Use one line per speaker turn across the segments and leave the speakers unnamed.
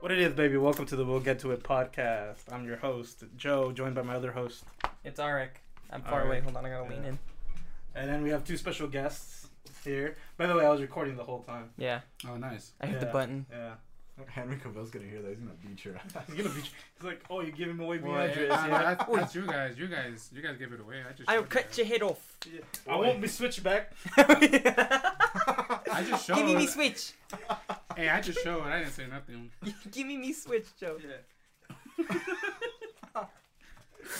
What it is, baby? Welcome to the We'll Get to It podcast. I'm your host, Joe, joined by my other host,
It's Arik. I'm far
Arik,
away. Hold on, I gotta
yeah.
lean in.
and then we have two special guests here. By the way, I was recording the whole time.
Yeah,
Oh, nice.
I hit
Yeah.
the button.
Yeah,
Henry Cavill's gonna hear that. He's gonna beat your ass.
he's gonna be. He's like, oh, you giving away
Well,
my address?
I, I, I
Yeah.
thought it's you guys. You guys. You guys give it away. I just.
I
showed
cut
you.
your head off.
Yeah. I won't be switched back.
I just showed.
Give me me switch.
hey, I just showed. I didn't say nothing.
Give me me switch, Joe.
Nah, you
Oh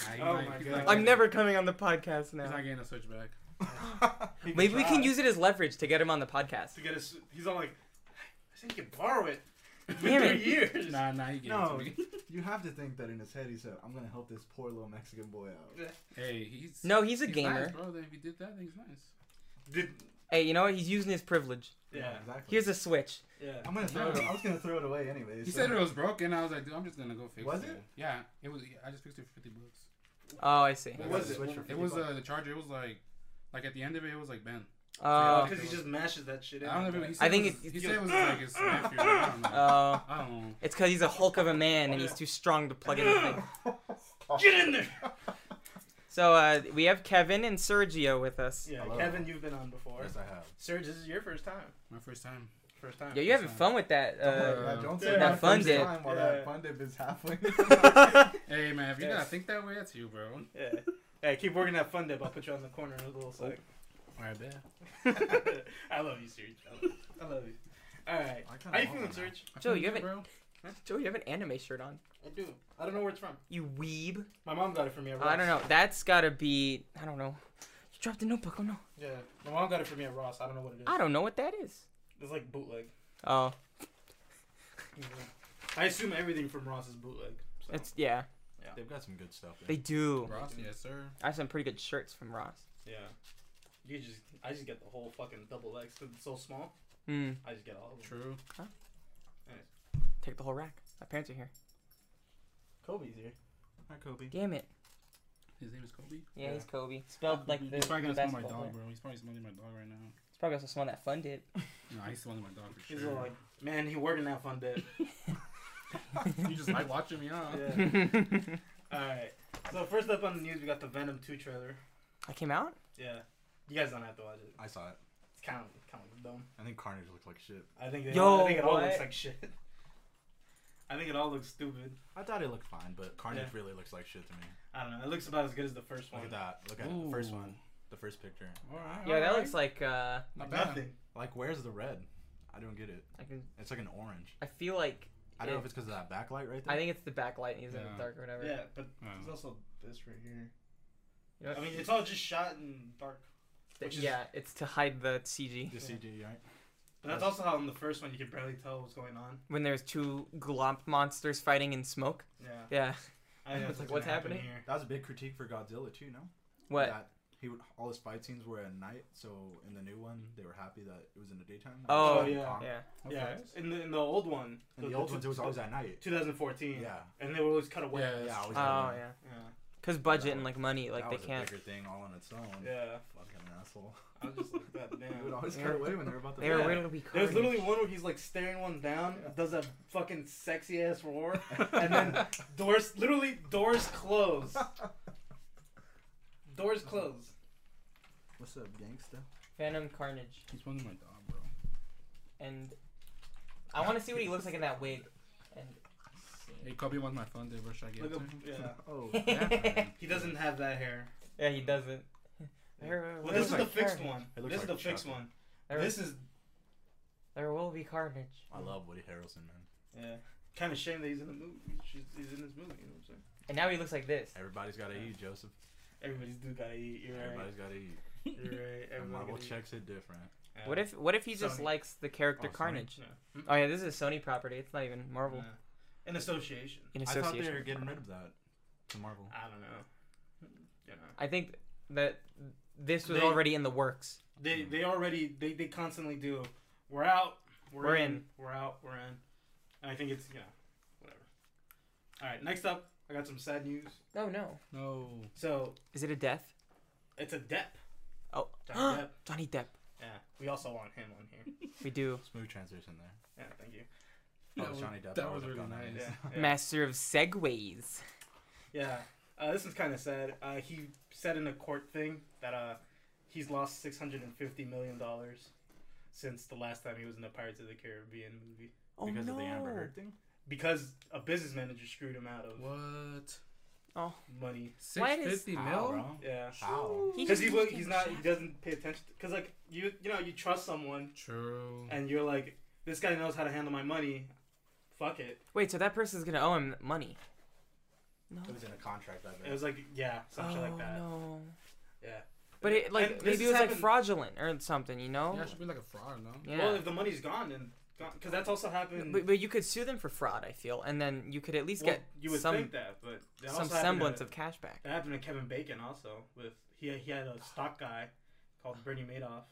might-
my
you
God.
might-
I'm never coming on the podcast
He's
now.
not getting a switchback.
He
Maybe we
try
can use it as leverage to get him on the podcast.
to get us. He's all like, I think you can borrow it. For
Damn
three
it.
years.
Nah, nah, he gave
No.
it to me.
You have to think that in his head he said, "I'm gonna help this poor little Mexican boy out."
Hey, he's.
No, he's a
he's
gamer.
Nice, bro. Then If he did that, then he's nice.
Did,
Hey, you know what? He's using his privilege.
yeah,
exactly.
Here's a switch.
yeah.
Uh,
I'm gonna throw. It, I was gonna throw it away anyway.
He
so-
said it was broken. I was like, dude, I'm just gonna go fix
Was
it.
it?
Yeah, it was. I just fixed it for fifty bucks.
Oh, I see.
What
I
was it?
got a switch for
It
50
was
bucks.
uh, the charger. It was like, like at the end of it, it was like Ben.
Oh,
Because he just mashes that shit in.
I don't know. If it, he
He's
said
I think
it was,
it's-
he
it's-
said it was like his nephew. I don't know.
oh.
I don't know.
It's because he's a hulk of a man and he's too strong to plug in the thing.
Get in there.
So uh, we have Kevin and Sergio with us.
Yeah,
Hello.
Kevin, you've been on before.
Yes, I have.
Serge, this is your first time.
My first time.
First time.
Yo, you having fun with that?
Don't
Uh,
worry, man, don't
Yeah.
say my
That
fun
first
dip.
time while
Yeah.
that fun dip is halfway.
Hey man, if you
Yes.
gotta think that way, that's you, bro.
Yeah. Hey, keep working that fun dip. I'll put you on the corner in a little sec.
I bet.
I love you, Serge. I love, I love you. All right.
I kinda
How you
want
feeling,
one
Serge?
Joe, you
it,
haven't-
bro.
Joe, you have an anime shirt on.
I do. I don't know where it's from.
You weeb.
My mom got it for me at Ross.
Oh, I don't know. That's gotta be. I don't know. You dropped the notebook. Oh no.
Yeah. My mom got it for me at Ross. I don't know what it is.
I don't know what that is.
It's like bootleg.
Oh,
I assume everything from Ross is bootleg. So.
it's yeah.
They've got some good stuff. there.
They do.
Ross, yes sir.
I have some pretty good shirts from Ross.
yeah. You just, I just get the whole fucking double X 'cause it's so small.
Hmm.
I just get all of them.
True.
Take the whole rack. My parents are here.
Kobe's here.
Hi, Kobe.
Damn it.
His name is Kobe.
Yeah, he's Kobe. Spelled like the
He's probably gonna smell my
basketball.
dog,
player.
bro. He's probably smelling my dog right now.
He's probably also smelling that fun dip.
No, he's smelling my dog for
He's
sure.
all like, man, he working that fun dip.
you just like watching me, huh?
yeah.
I
Alright. So first up on the news we got the Venom 2 trailer.
came out.
Yeah. You guys don't have to watch it.
I saw it.
It's kinda kinda looks dumb.
I think Carnage looked like shit.
I think they
Yo,
I think it all looks
what?
like shit. I think it all looks stupid.
I thought it looked fine, but Carnage
Yeah.
really looks like shit to me.
I don't know. It looks about as good as the first
Look
one.
at that. Look at the first one. The first picture.
All right.
Yeah, that looks like uh,
Not bad.
Nothing.
Like, where's the red? I don't get it.
I can.
It's like an orange.
I feel like.
I don't know
it-
if it's because of that backlight right there.
I think it's the backlight. and He's in
Yeah.
the dark or whatever.
Yeah, but
Oh.
there's also this right here.
You know,
I mean it's all just shot in dark.
th-
which is-
yeah, it's to hide the CG.
the CG, right?
But that's also how in the first one you could barely tell what's going on.
When there's two glomp monsters fighting in smoke.
Yeah.
Yeah.
I think that's
It's like,
what's
what's
gonna happen
happening?
here.
That was a big critique for Godzilla too, no?
What?
That he would, all his fight scenes were at night, so in the new one they were happy that it was in the daytime. like,
Oh,
King
yeah.
Kong.
Yeah.
Yeah. In the in the old one.
In the old ones it was always at night.
2014.
Yeah.
And they were always cut away.
Yeah,
Yeah,
yeah.
I
Oh
was
yeah.
Yeah.
Cause budget and like money, like
that
they
was
can't.
a bigger thing all on its own.
Yeah,
Fucking asshole.
I was just like, God
They would
damn.
always
Yeah.
cut away when they were about to
They were
Yeah.
fight.
really
There was
carnage.
literally one where he's like staring one down, does a fucking sexy ass roar, and then doors, literally doors close. Doors close.
What's up, gangsta?
Phantom Carnage,
He's smelling my dog, bro.
and I want to see what he looks like in that wig. And
Hey, Kobe wants my phone, dude. Where should I get it?
Look up,
to?
yeah.
Oh.
Yeah, man.
He doesn't have that hair.
yeah, he doesn't. There
Well, this is
will
the
be
fixed
carnage.
one.
It looks
This is
like
the fixed
Chucky.
one.
There,
This is
there will be carnage.
I love Woody Harrelson, man.
yeah. Kind of shame that he's in the movie. She's, he's in this movie. You know what I'm saying?
And now he looks like this.
Everybody's gotta eat, Joseph.
Everybody's do gotta eat. You're right.
Everybody's gotta eat.
You're right.
And
Everybody
Marvel
gotta eat.
checks it different.
Yeah.
What if what if he just
Sony.
likes the character
Oh, Sony.
Carnage?
Yeah.
Oh yeah, this is a Sony property. It's not even Marvel.
Yeah. An association.
In
I thought they
association.
were
with
getting
Marvel.
rid of that to Marvel.
I don't know. You know.
I think that this was
They-
already in the works.
They they already they, they constantly do. We're out. We're,
We're
in,
in.
We're out. We're in. And I think it's you know whatever. All right. Next up, I got some sad news.
Oh no.
No.
So
Is it a death?
it's a Depp.
Oh.
Johnny Depp.
Johnny Depp.
Yeah. We also want him on here.
We do.
Smooth transition there.
Yeah. Thank you.
That
Oh,
was-
Johnny Depp.
that
I
was
would've
really
gone on.
nice.
Yeah. yeah.
Master of segways.
Yeah. Uh, this is kind of sad. Uh, he said in a court thing that uh, he's lost six hundred and fifty million dollars since the last time he was in the Pirates of the Caribbean movie
Oh
because
no.
of the Amber Heard thing.
because a business manager screwed him out of
What?
money.
Six
does-
fifty
How,
mil?
bro?
Yeah.
How?
He
Because
just
he
needs
will,
to
he's
get
not he
shafted.
doesn't pay attention because like you you know you trust someone
True.
and you're like this guy knows how to handle my money, fuck it.
Wait, so that person's gonna owe him money. No.
It was in a contract, I
It
bet.
was like yeah some shit like
Oh,
that.
No.
Yeah.
But it like
And this
maybe
has
it was like
happened-
fraudulent or something, you know?
Yeah, it should be like a fraud, no?
Yeah.
Well, if the money's gone then because that's also happened.
but, but you could sue them for fraud, I feel, and then you could at least
well,
get
you would
some
think that, but that
some
also happened
semblance
to-
of cash back.
That happened to Kevin Bacon also. With he he had a stock guy called Bernie Madoff.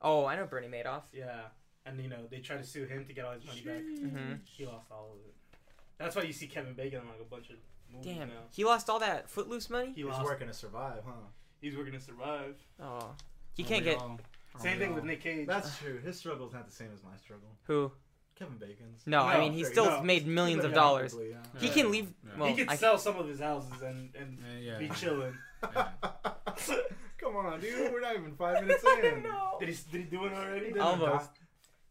Oh, I know Bernie Madoff.
Yeah, and you know they tried to sue him to get all his money back.
hmm
He lost all of it. That's why you see Kevin Bacon on like a bunch of movies
Damn,
now.
he lost all that Footloose money.
He
He was
lost.
working to survive, huh?
He's working to survive.
Oh, he
Are
can't
we
get
all- are
Same
we
thing with
all-
Nick Cage.
That's true. His struggle's not the same as my struggle.
who?
Kevin Bacon's.
No, I
No,
mean he
there you
still
go.
made millions of
Yeah,
dollars.
probably, yeah.
He
Yeah.
can leave.
Yeah.
Well,
he could
I,
sell some of his houses and and
Yeah, yeah.
be chilling.
Yeah.
Come on, dude. We're not even five minutes in.
No.
Did he did he do it already?
Didn't
Almost.
doc-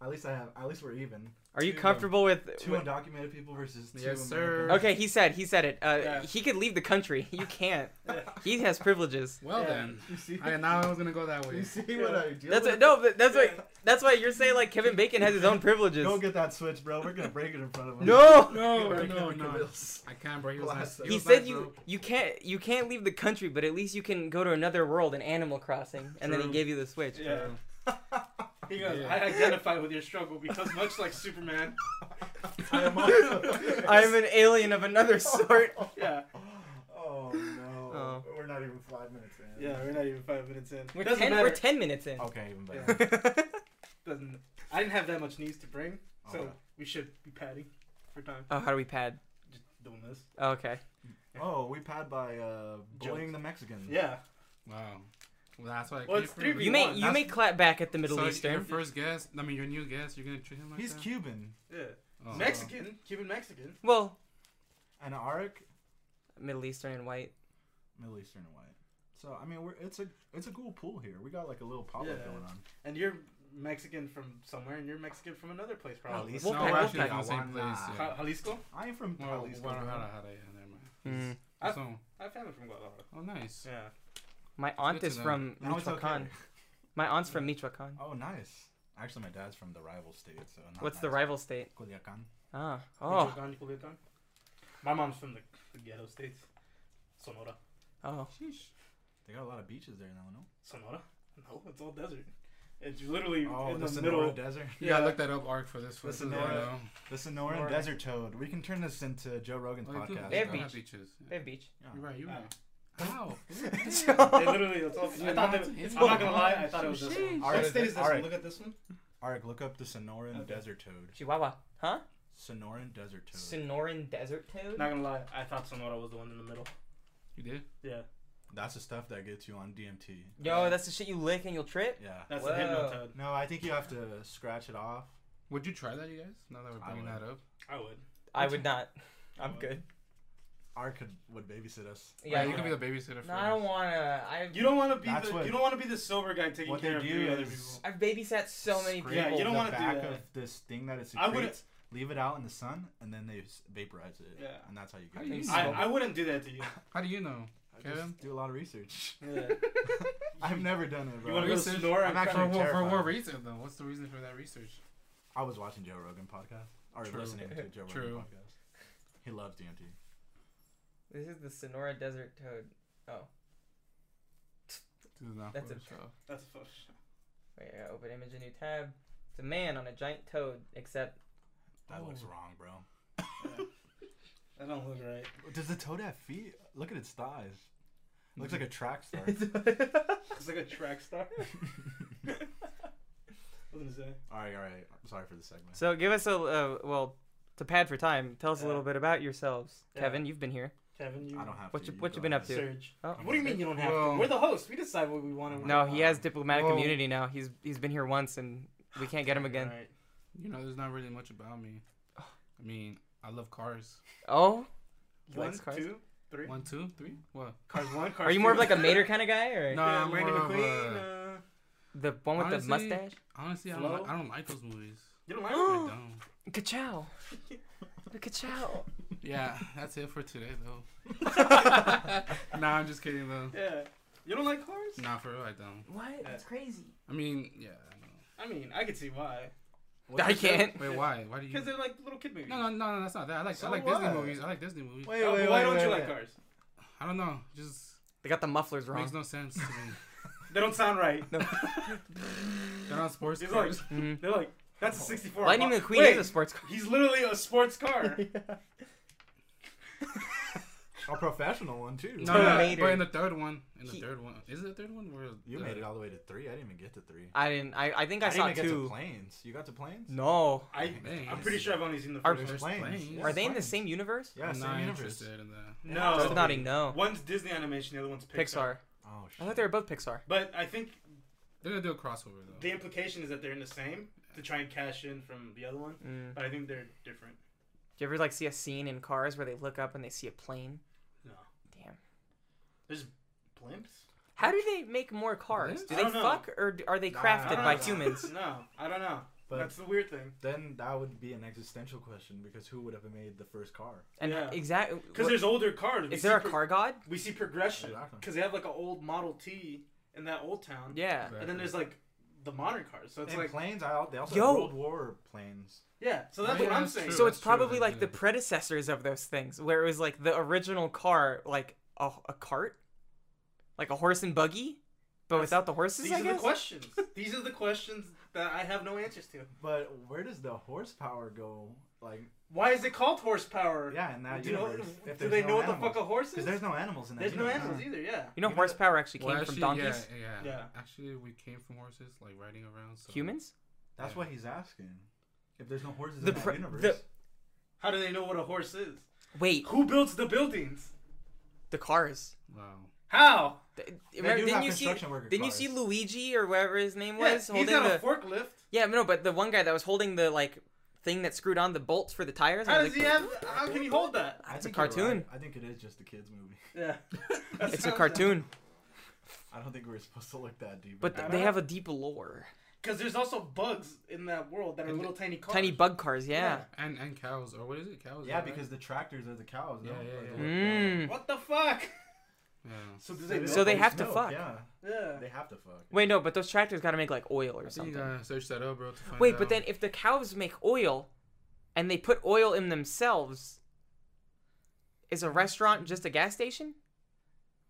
At least I have. At least we're even.
Are you
Two, um,
comfortable with?
Two
with-
undocumented people versus two.
Yes, sir.
Americans.
Okay, he said. He said it. Uh,
Yeah.
He could leave the country. You can't.
Yeah.
He has privileges.
Well
Yeah.
then.
You see?
I now I was gonna go that way.
You see what I deal
That's what,
with?
no. but That's why.
Yeah.
That's why you're saying like Kevin Bacon has his own privileges.
Don't get that switch, bro. We're gonna break it in front of him.
No.
No,
Break it
no,
in
no.
Camille's.
I can't, bro. He was nice.
He
He
was
said
nice,
you
bro.
you can't you can't leave the country, but at least you can go to another world in Animal Crossing, and then he
True.
gave you the Switch.
Yeah. He goes.
Yeah.
I identify with your struggle because much like Superman.
I am also.
I'm an alien of another sort.
Yeah.
Oh no.
Oh.
We're not even five minutes in.
Yeah. We're not even five minutes in.
We're
Doesn't
ten.
matter.
We're ten minutes in.
Okay, even better.
Yeah. doesn't. I didn't have that much news to bring, so
Okay.
we should be padding for time.
oh, how do we pad?
Just doing this.
Oh, okay.
Oh, we pad by uh, bullying
Jokes.
the Mexican.
Yeah.
Wow. Well, that's why. I
Well,
came
it's
for.
three
You
people.
may
want,
you
that's-
may clap back at the Middle
so Your
Eastern.
first guest, I mean your new guest, you're gonna treat him like
He's
that?
Cuban.
Yeah.
Oh.
Mexican, Cuban Mexican.
Well,
And Arik,
Middle Eastern and white.
Middle Eastern and white. So I mean, we're it's a it's a cool pool here. We got like a little pop
Yeah.
going on.
And you're Mexican from somewhere, and you're Mexican from another place, probably.
Jalisco.
No,
Wolfpack,
we're actually
Wolfpack.
in the same place.
Guadalajara.
Ja-
Yeah.
Jalisco?
I am from
Well,
Jalisco,
Guadalajara,
bro.
yeah, never
Mm.
mind.
I-
So-
I have family from Guadalajara.
oh, nice.
Yeah.
My aunt
to
is
know.
from
Now it's
Michoacan.
okay.
My aunt's from Michoacan.
Oh, nice. Actually, my dad's from the rival state, so. Not
What's the
nice.
rival state?
Culiacan.
Ah, oh,
Michoacan, Culiacan. My mom's from the, the ghetto states. Sonora.
oh.
They got a lot of beaches there in Illinois.
Sonora? No, it's all desert. It's literally
Oh,
in
the,
the,
Sonoran
middle.
Desert.
You gotta
Yeah.
look that up, Arc, for this one.
Listen,
so
Nora.
they know.
The Sonoran
Sonoran.
Desert Toad. We can turn this into Joe Rogan's
Oh, you do-
podcast.
They have
bro.
you do
beach.
beaches.
They have beach.
Yeah.
You're right. You're
Ah.
right. How?
They literally, it's all, I thought that,
It's
I'm not
all-
gonna lie, I thought it was this one.
Sheesh.
All right,
What state is this?
all right.
Look at this one.
Arik, look up the Sonoran
Okay.
Desert Toad.
Chihuahua, huh?
Sonoran Desert Toad.
Sonoran desert toad.
Not gonna lie, I thought Sonora was the one in the middle.
You did?
Yeah,
That's the stuff that gets you on DMT.
Yo, that's the shit you lick and you'll trip.
Yeah.
that's
Whoa.
the hypno toad.
No, I think you have to scratch it off.
Would you try that, you guys? Now that we're
I
bringing
would.
that up.
I would.
I would not. I'm
Well,
good.
Arik could, would babysit us.
Yeah.
Yeah, you could be the babysitter.
No, I don't wanna. I
You don't want to be
That's
the
what-
you don't want to be the sober guy taking
What they
care of
do
three other
is-
people.
I've babysat so many people.
Scrape
Yeah, you don't
the
wanna do
back
that.
of this thing that it
I wouldn't-
secretes. Leave it out in the sun, and then they s- vaporize it.
Yeah.
And that's how you
How
get
do
it.
you
I,
know?
I wouldn't do that to you.
How do you know?
I
Kevin?
just do a lot of research.
Yeah.
I've never done it,
You
bro.
want to go
Research.
snore?
I'm
in front
actually
For
of-
what, for what
terrified.
reason, though? What's the reason for that research?
I was watching Joe Rogan podcast or
True.
listening to Joe
True.
Rogan podcast. He loves DMT.
This is the Sonora desert toad.
This is not
That's
for
a-
the show.
That's a fush.
Wait, I gotta open image a new tab. It's a man on a giant toad, except
That looks
Oh.
wrong, bro.
That don't look right.
Does the toad have feet? Look at its thighs. Looks like a track star.
It's like a track star. What was I gonna say?
all right, all right. I'm sorry for the segment.
So give us a uh, well to pad for time. Tell us a
Yeah.
little bit about yourselves,
Yeah.
Kevin. You've been here.
Kevin, you.
I don't have
What
to.
you- what
go
you been up
ahead.
to?
Surge.
Oh.
What do you mean you don't have
Well-
to? We're the host. We decide what we want to.
No, he has diplomatic
Well-
immunity now. He's he's been here once, and we can't get him again.
Right.
You know, there's not really much about me. I mean, I love cars.
Oh, He
One,
likes cars?
two, three.
One, two, three. What?
Cars one. Cars
are you
two.
more of like a Mater kind of guy, or
No,
Yeah,
I'm
Randy
more of
McQueen.
a-
uh,
the one with the
Honestly-
mustache?
Honestly, I don't,
Flow?
li- I don't like those movies.
you don't like him?
I don't.
Ka-chow. Ka-chow.
Yeah, that's it for today though. nah, I'm just kidding though.
Yeah. You don't like cars?
Nah, for real, I don't.
What?
That's
crazy.
I mean, yeah. I know.
I mean, I could see why.
I can't.
Wait, why? Why do you?
Because they're like little kid movies.
No, no, no, no, that's not that. I like,
So
I like
what?
Disney movies. I like Disney movies.
Wait,
Oh,
wait,
but
wait,
why don't
wait,
you
wait.
like cars?
I don't know. Just
They got the mufflers wrong.
makes no sense to me.
They don't sound right.
They're not sports
It's
cars.
Mhm.
They're like, that's a 64.
Lightning
Wha-
McQueen
Wait,
is a sports car.
He's literally a sports car.
A professional one too.
No,
Terminator.
no, but in the third one, in the
He-
third one, is it the third one? Where
You
the-
made it all the way to three. I didn't even get to three.
I didn't. I, I think I, saw
didn't even get to
two.
planes. You got to planes?
No.
I,
Man.
I'm pretty sure I've only seen the
Are-
first
There's
one.
planes.
planes.
Yeah,
Are they in the
planes.
same universe?
Yeah,
I'm
same
not
universe.
interested in that.
No.
That's not a no.
One's Disney animation, the other one's Pixar.
Oh. Pixar.
Oh shit.
I thought they were both Pixar.
But I think
They're gonna do a crossover though.
the implication is that they're in the same to try and cash in from the other one.
Mm.
But I think they're different.
Do you ever like see a scene in Cars where they look up and they see a plane?
No.
Damn.
There's blimps?
How do they make more cars?
Really?
Do
I
they
don't know.
fuck or d- are they
Nah,
crafted
I
by
don't know.
humans?
No, I don't know.
But-
That's the weird thing.
Then that would be an existential question because who would have made the first car?
And
Yeah.
exactly.
Because there's older cars. We
Is there
see
a
pro-
car god?
We see progression.
Exactly.
Because they have like an old Model T in that old town.
Yeah.
And then there's like the modern cars. So it's
and
like,
planes. I, al- they also
Yo!
have World War planes.
yeah. So that's
Yeah,
what I'm
that's
saying.
true.
So it's
that's true,
probably
that's
like
true.
the predecessors of those things, where it was like the original car, like a, a cart, like a horse and buggy, but
That's-
without the horses.
These
I
are the
guess.
questions. These are the questions that I have no answers to.
But where does the horsepower go? Like
Why is it called horsepower?
yeah, in that
Do, you know,
universe. if
do
there's
they
no
know what
animals.
the fuck a horse is?
Because there's no animals in that.
There's no
universe.
animals either, yeah.
You know,
You know-
horsepower actually came
Well,
from
actually,
donkeys.
Yeah, yeah,
Yeah.
Actually, we came from horses, like riding around. So.
Humans?
That's what he's asking. If there's no horses
The
in that
pre-
universe,
the-
How do they know what a horse is?
Wait,
Who builds the buildings?
the cars.
Wow.
How?
Th- Remember,
do
didn't
have
you see?
construction worker
Didn't you
cars.
see Luigi or whatever his name
Yeah,
was
he's
holding
got
the?
a forklift.
yeah, no, but the one guy that was holding the like thing that screwed on the bolts for the tires. I
How
was
does he
like,
have? How can he hold that?
I
It's a
think you're right.
cartoon.
I think it is just a kids movie.
Yeah,
It's a cartoon,
I don't think we were supposed to look that deep.
but
into
th-
it.
they have a deep lore.
Because there's also bugs in that world that are
And
little tiny cars.
Tiny bug cars, yeah.
And and cows, or what is it? Cows.
yeah,
right?
because the tractors are the cows.
Yeah,
no?
yeah,
Or the-
yeah.
Mm.
What the fuck?
Yeah.
So do they?
So they
There's
have to
milk,
fuck.
Yeah,
Yeah.
they have to fuck.
Wait, no, but those tractors gotta make like oil or
I think
something.
you gotta search that up, bro. To find
Wait, but
out.
then if the cows make oil and they put oil in themselves, is a restaurant just a gas station?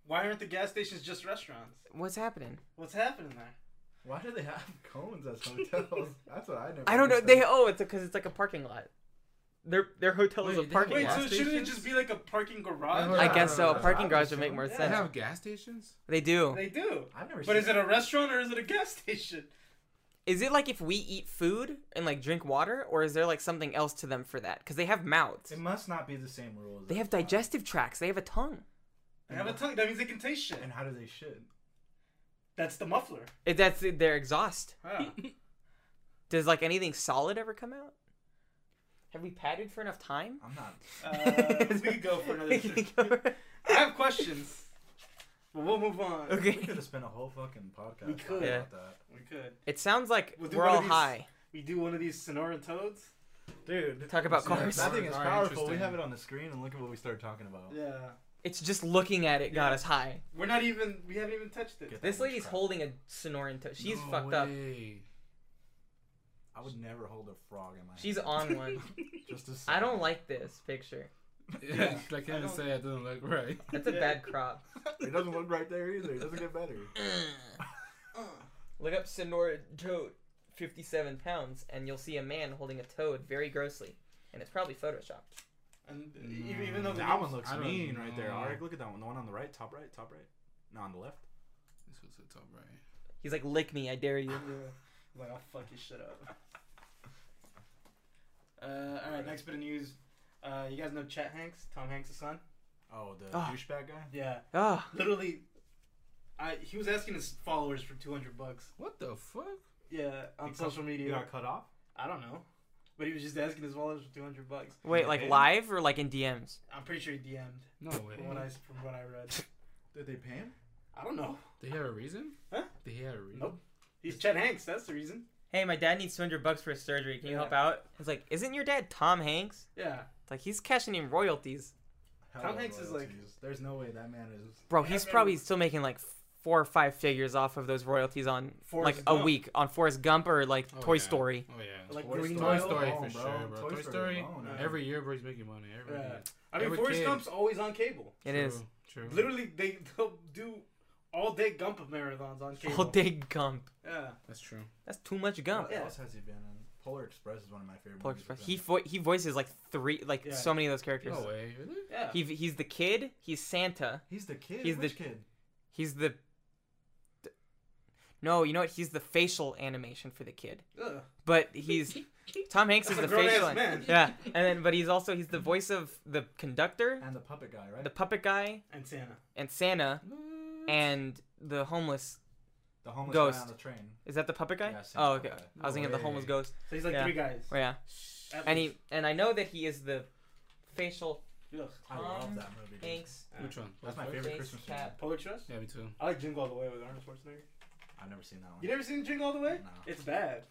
Why aren't the gas stations just restaurants?
What's happening?
What's happening there?
Why do they have cones as hotels? That's what I never.
I don't know. They
understood.
oh, it's because it's like a parking lot. Their their hotel is
Wait,
a
they-
parking
Wait,
lot.
so shouldn't it just be like a parking garage?
I guess so. A
Yeah.
parking garage would make more
Yeah.
they
sense.
have gas stations.
They do.
They do.
I've never.
But
seen
is it a restaurant or is it a gas station?
Is it like if we eat food and like drink water, or is there like something else to them for that? Because they have mouths.
It must not be the same rules.
They have digestive tracts. They have a tongue.
They have a tongue. That means they can taste shit.
And how do they shit?
That's the muffler.
It, that's their exhaust.
Huh.
Does like anything solid ever come out? Have we padded for enough time?
I'm not.
Uh, we could go for another. trip. I have questions, but we'll move on.
We
okay.
could have spent a whole fucking podcast.
We
talking
could.
Yeah.
About that.
We could.
It sounds like
We'll do
we're
one of
all
these.
high.
We do one of these Sonoran toads.
Dude,
Talk about
Yeah,
cars.
That thing is
Cars are
powerful. We
interesting.
have it on the screen, and look at what we started talking about.
Yeah.
It's just looking at it got
Yeah.
us high.
We're not even. We haven't even touched it.
Get
This
that much
lady's
crap.
holding a Sonoran toad. She's
No
fucked up.
way.
I would never hold a frog in my.
She's
hand.
on one.
Just to
I don't like this picture.
Yeah, like
I
I didn't
don't-
say, I didn't look right.
That's a
Yeah.
bad crop.
It doesn't look right there either. It doesn't get better.
Uh.
Look up Sonoran toad, 57 pounds, and you'll see a man holding a toad very grossly. And it's probably Photoshopped.
And even, even though the
Mm, That one
name's-
looks
I don't
mean right there.
know.
Alright, look at that one. The one on the right, top right, top right. No, on the left.
This was the top right.
He's like, lick me, I dare you.
Yeah. Like I'll fuck your shit up. Uh, all right. Next bit of news. Uh, you guys know Chet Hanks, Tom Hanks' son.
Oh, the
Ah.
douchebag guy.
Yeah.
Ah,
Literally, I he was asking his followers for two hundred bucks.
What the fuck?
Yeah, on
Because
social
He
media.
got cut off.
I don't know. but he was just asking his wallet for two hundred bucks.
Wait, like live or like in DMs?
I'm pretty sure he DM'd
No
from what
way.
I from what I read.
Did they pay him?
I don't know.
Did he have a reason?
Huh?
Did he have a reason?
Nope. He's Chet Hanks. That's the reason.
Hey, my dad needs 200 bucks for his surgery. Can you
Yeah.
help out? It's like, isn't your dad Tom Hanks?
Yeah.
It's like he's cashing in royalties,
Hell
Tom
no,
Hanks is like-
royalties. There's no way that man is.
bro.
Yeah,
He's
man.
probably still making like four or five figures off of those royalties on
Forrest
like a
Gump.
week on Forrest Gump or like
Oh,
Toy
yeah.
Story.
Oh yeah.
Like
Toy
Green
Toy
Story
Mile.
Story
alone,
for
bro.
sure, bro. Toy, Story.
alone,
uh,
man.
Every year, bro's making money. Every
Yeah.
year.
I mean,
Every
Forrest
kid.
Gump's always on cable.
It
true,
is
true.
Literally, they they'll do all day Gump marathons on cable.
all day Gump.
Yeah.
That's true.
That's too much Gump.
What
Yeah.
else has he been in? Polar Express is one of my favorite.
Polar
movies
Express.
with
He
him.
vo- he voices like three, like
Yeah.
so many of those characters.
No way. Really?
Yeah.
He he's the kid. He's Santa.
He's the kid.
he's
He's
the-
Which kid?
He's the. No, you know what? He's the facial animation for the kid.
Ugh.
But he's Tom Hanks
That's
is
a
the
grown-ass
facial. an-
man.
Yeah, and then but he's also he's the voice of the conductor,
And the puppet guy, right?
the
The,
puppet guy,
And Santa.
and Santa,
Uh,
and the homeless.
homeless
Ghost.
guy on the train.
Is that the puppet guy?
Yeah, Santa
oh, okay.
guy.
I was thinking of the homeless
Wait.
ghost.
So he's like
Yeah.
three guys.
Oh, yeah,
At
and he
least.
and I know that he is the facial
Ugh.
I love
Tom
that movie. dude.
Hanks.
Yeah.
Which one? Polar
That's my
Express?
favorite
Face
Christmas movie.
cap.
Polar Express?
Yeah, me too.
I like Jingle All the Way with Arnold Schwarzenegger.
I've never seen that one.
You never seen Jingle All the Way?
No.
It's bad.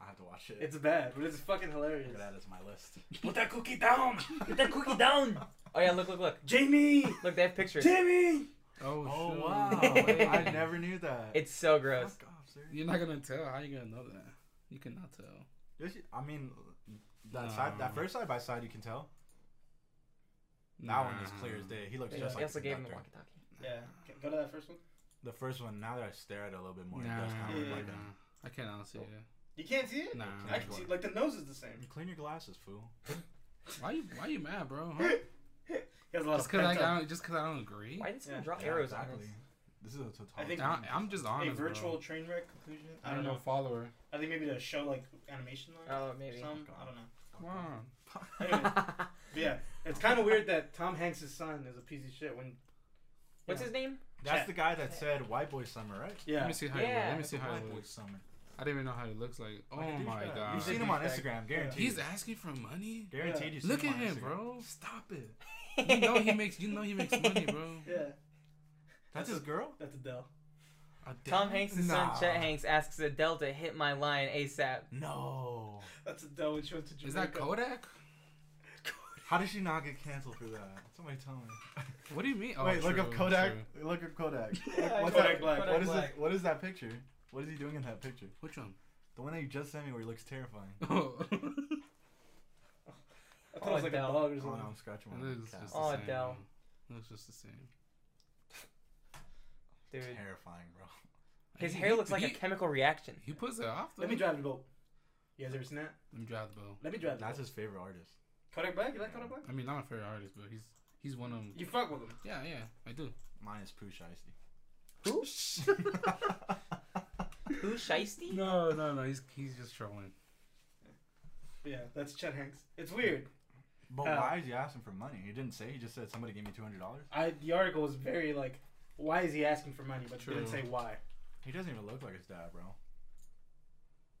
I have to watch it.
It's bad, but it's fucking hilarious.
Look at that as my list.
Put that cookie down! Put that cookie down!
Oh yeah, look, look, look,
Jamie!
look. They have pictures.
Jamie!
Oh, shoot.
I never knew that.
It's so gross.
Fuck off, seriously.
You're not gonna tell. How you gonna know that? You cannot tell.
This- I mean, that
No.
side, that first side by side, you can tell. That one is clear as day. He looks
They
just like
also
the
gave him a
conductor.
walkie-talkie.
Yeah. Okay, Go to that first one.
The first one. Now that I stare at it a little bit more,
Nah,
it does kind of
Yeah.
look like Oh. him.
nah. I can't honestly. Yeah.
You can't see it?
Nah.
I can see Like, the nose is the same.
You clean your glasses, fool.
Why you Why you mad, bro? Huh?
He has a lot
Just
of
cause I,
pent up-
I don't. Just cause I don't agree.
Why did someone
Yeah.
draw
Yeah,
arrows on
exactly.
this?
This is a total.
I think-
I, I'm just honest,
a virtual
Bro.
train wreck conclusion.
I don't know. Follower.
I think maybe to show like animation line.
Oh,
or
maybe.
Some,
God.
I don't know.
Come on.
Anyway, but yeah, it's kind of weird that Tom Hanks' son is a piece of shit. When
What's his name?
That's the guy that said "White Boy Summer," right?
Let
yeah,
me see how.
Yeah.
Yeah. Let me
That's
see
a
how
White
he
Boy
looks.
Summer.
I didn't even know how he looks like. Oh
Like a
my
douchebag.
god.
You've seen him on Instagram, guaranteed.
He's asking for money.
guaranteed. You've seen
Look
him
at
on
him,
Instagram.
bro.
Stop it.
You know he makes. You know he makes money, bro.
yeah,
That's his girl.
that's Adele.
Tom Hanks'
Nah.
son Chet Hanks asks Adele to hit my line ASAP.
No.
That's Adele when she went to Jamaica.
Is that Kodak?
How did she not get canceled for that? Somebody tell me.
What do you mean? Oh,
Wait, look
true,
up Kodak.
true.
Look up Kodak.
Yeah,
Look- what's
Kodak
that-
Black.
What is
Kodak
this? What is that picture? What is he doing in that picture?
Which one?
The one that you just sent me where he looks terrifying.
Oh,
I thought it was like
Adele.
a dog or
Oh,
something.
no, I'm scratching
it
my
looks
cat.
just the
Oh,
same.
Adele.
bro. It looks just the same.
Dude,
terrifying, bro.
his
He-
hair
he-
looks like a
he-
chemical reaction.
He puts it off. Though.
Let me drive the boat. You guys ever seen that?
Let me drive the bow.
Let me drive the
That's
boat.
his favorite artist.
Kodak Black. You like Kodak Black?
I mean, not a favorite artist, but he's he's one of them.
You fuck with him.
Yeah, yeah, I do.
Mine is Pooh Shiesty.
Who? Who shiesty?
No, no, no. He's he's just trolling.
But yeah, that's Chet Hanks. It's weird.
but
Uh,
why is he asking for money? He didn't say. He just said somebody gave me two hundred dollars.
I the article was very like, why is he asking for money? But
True.
didn't say why.
He doesn't even look like his dad, bro.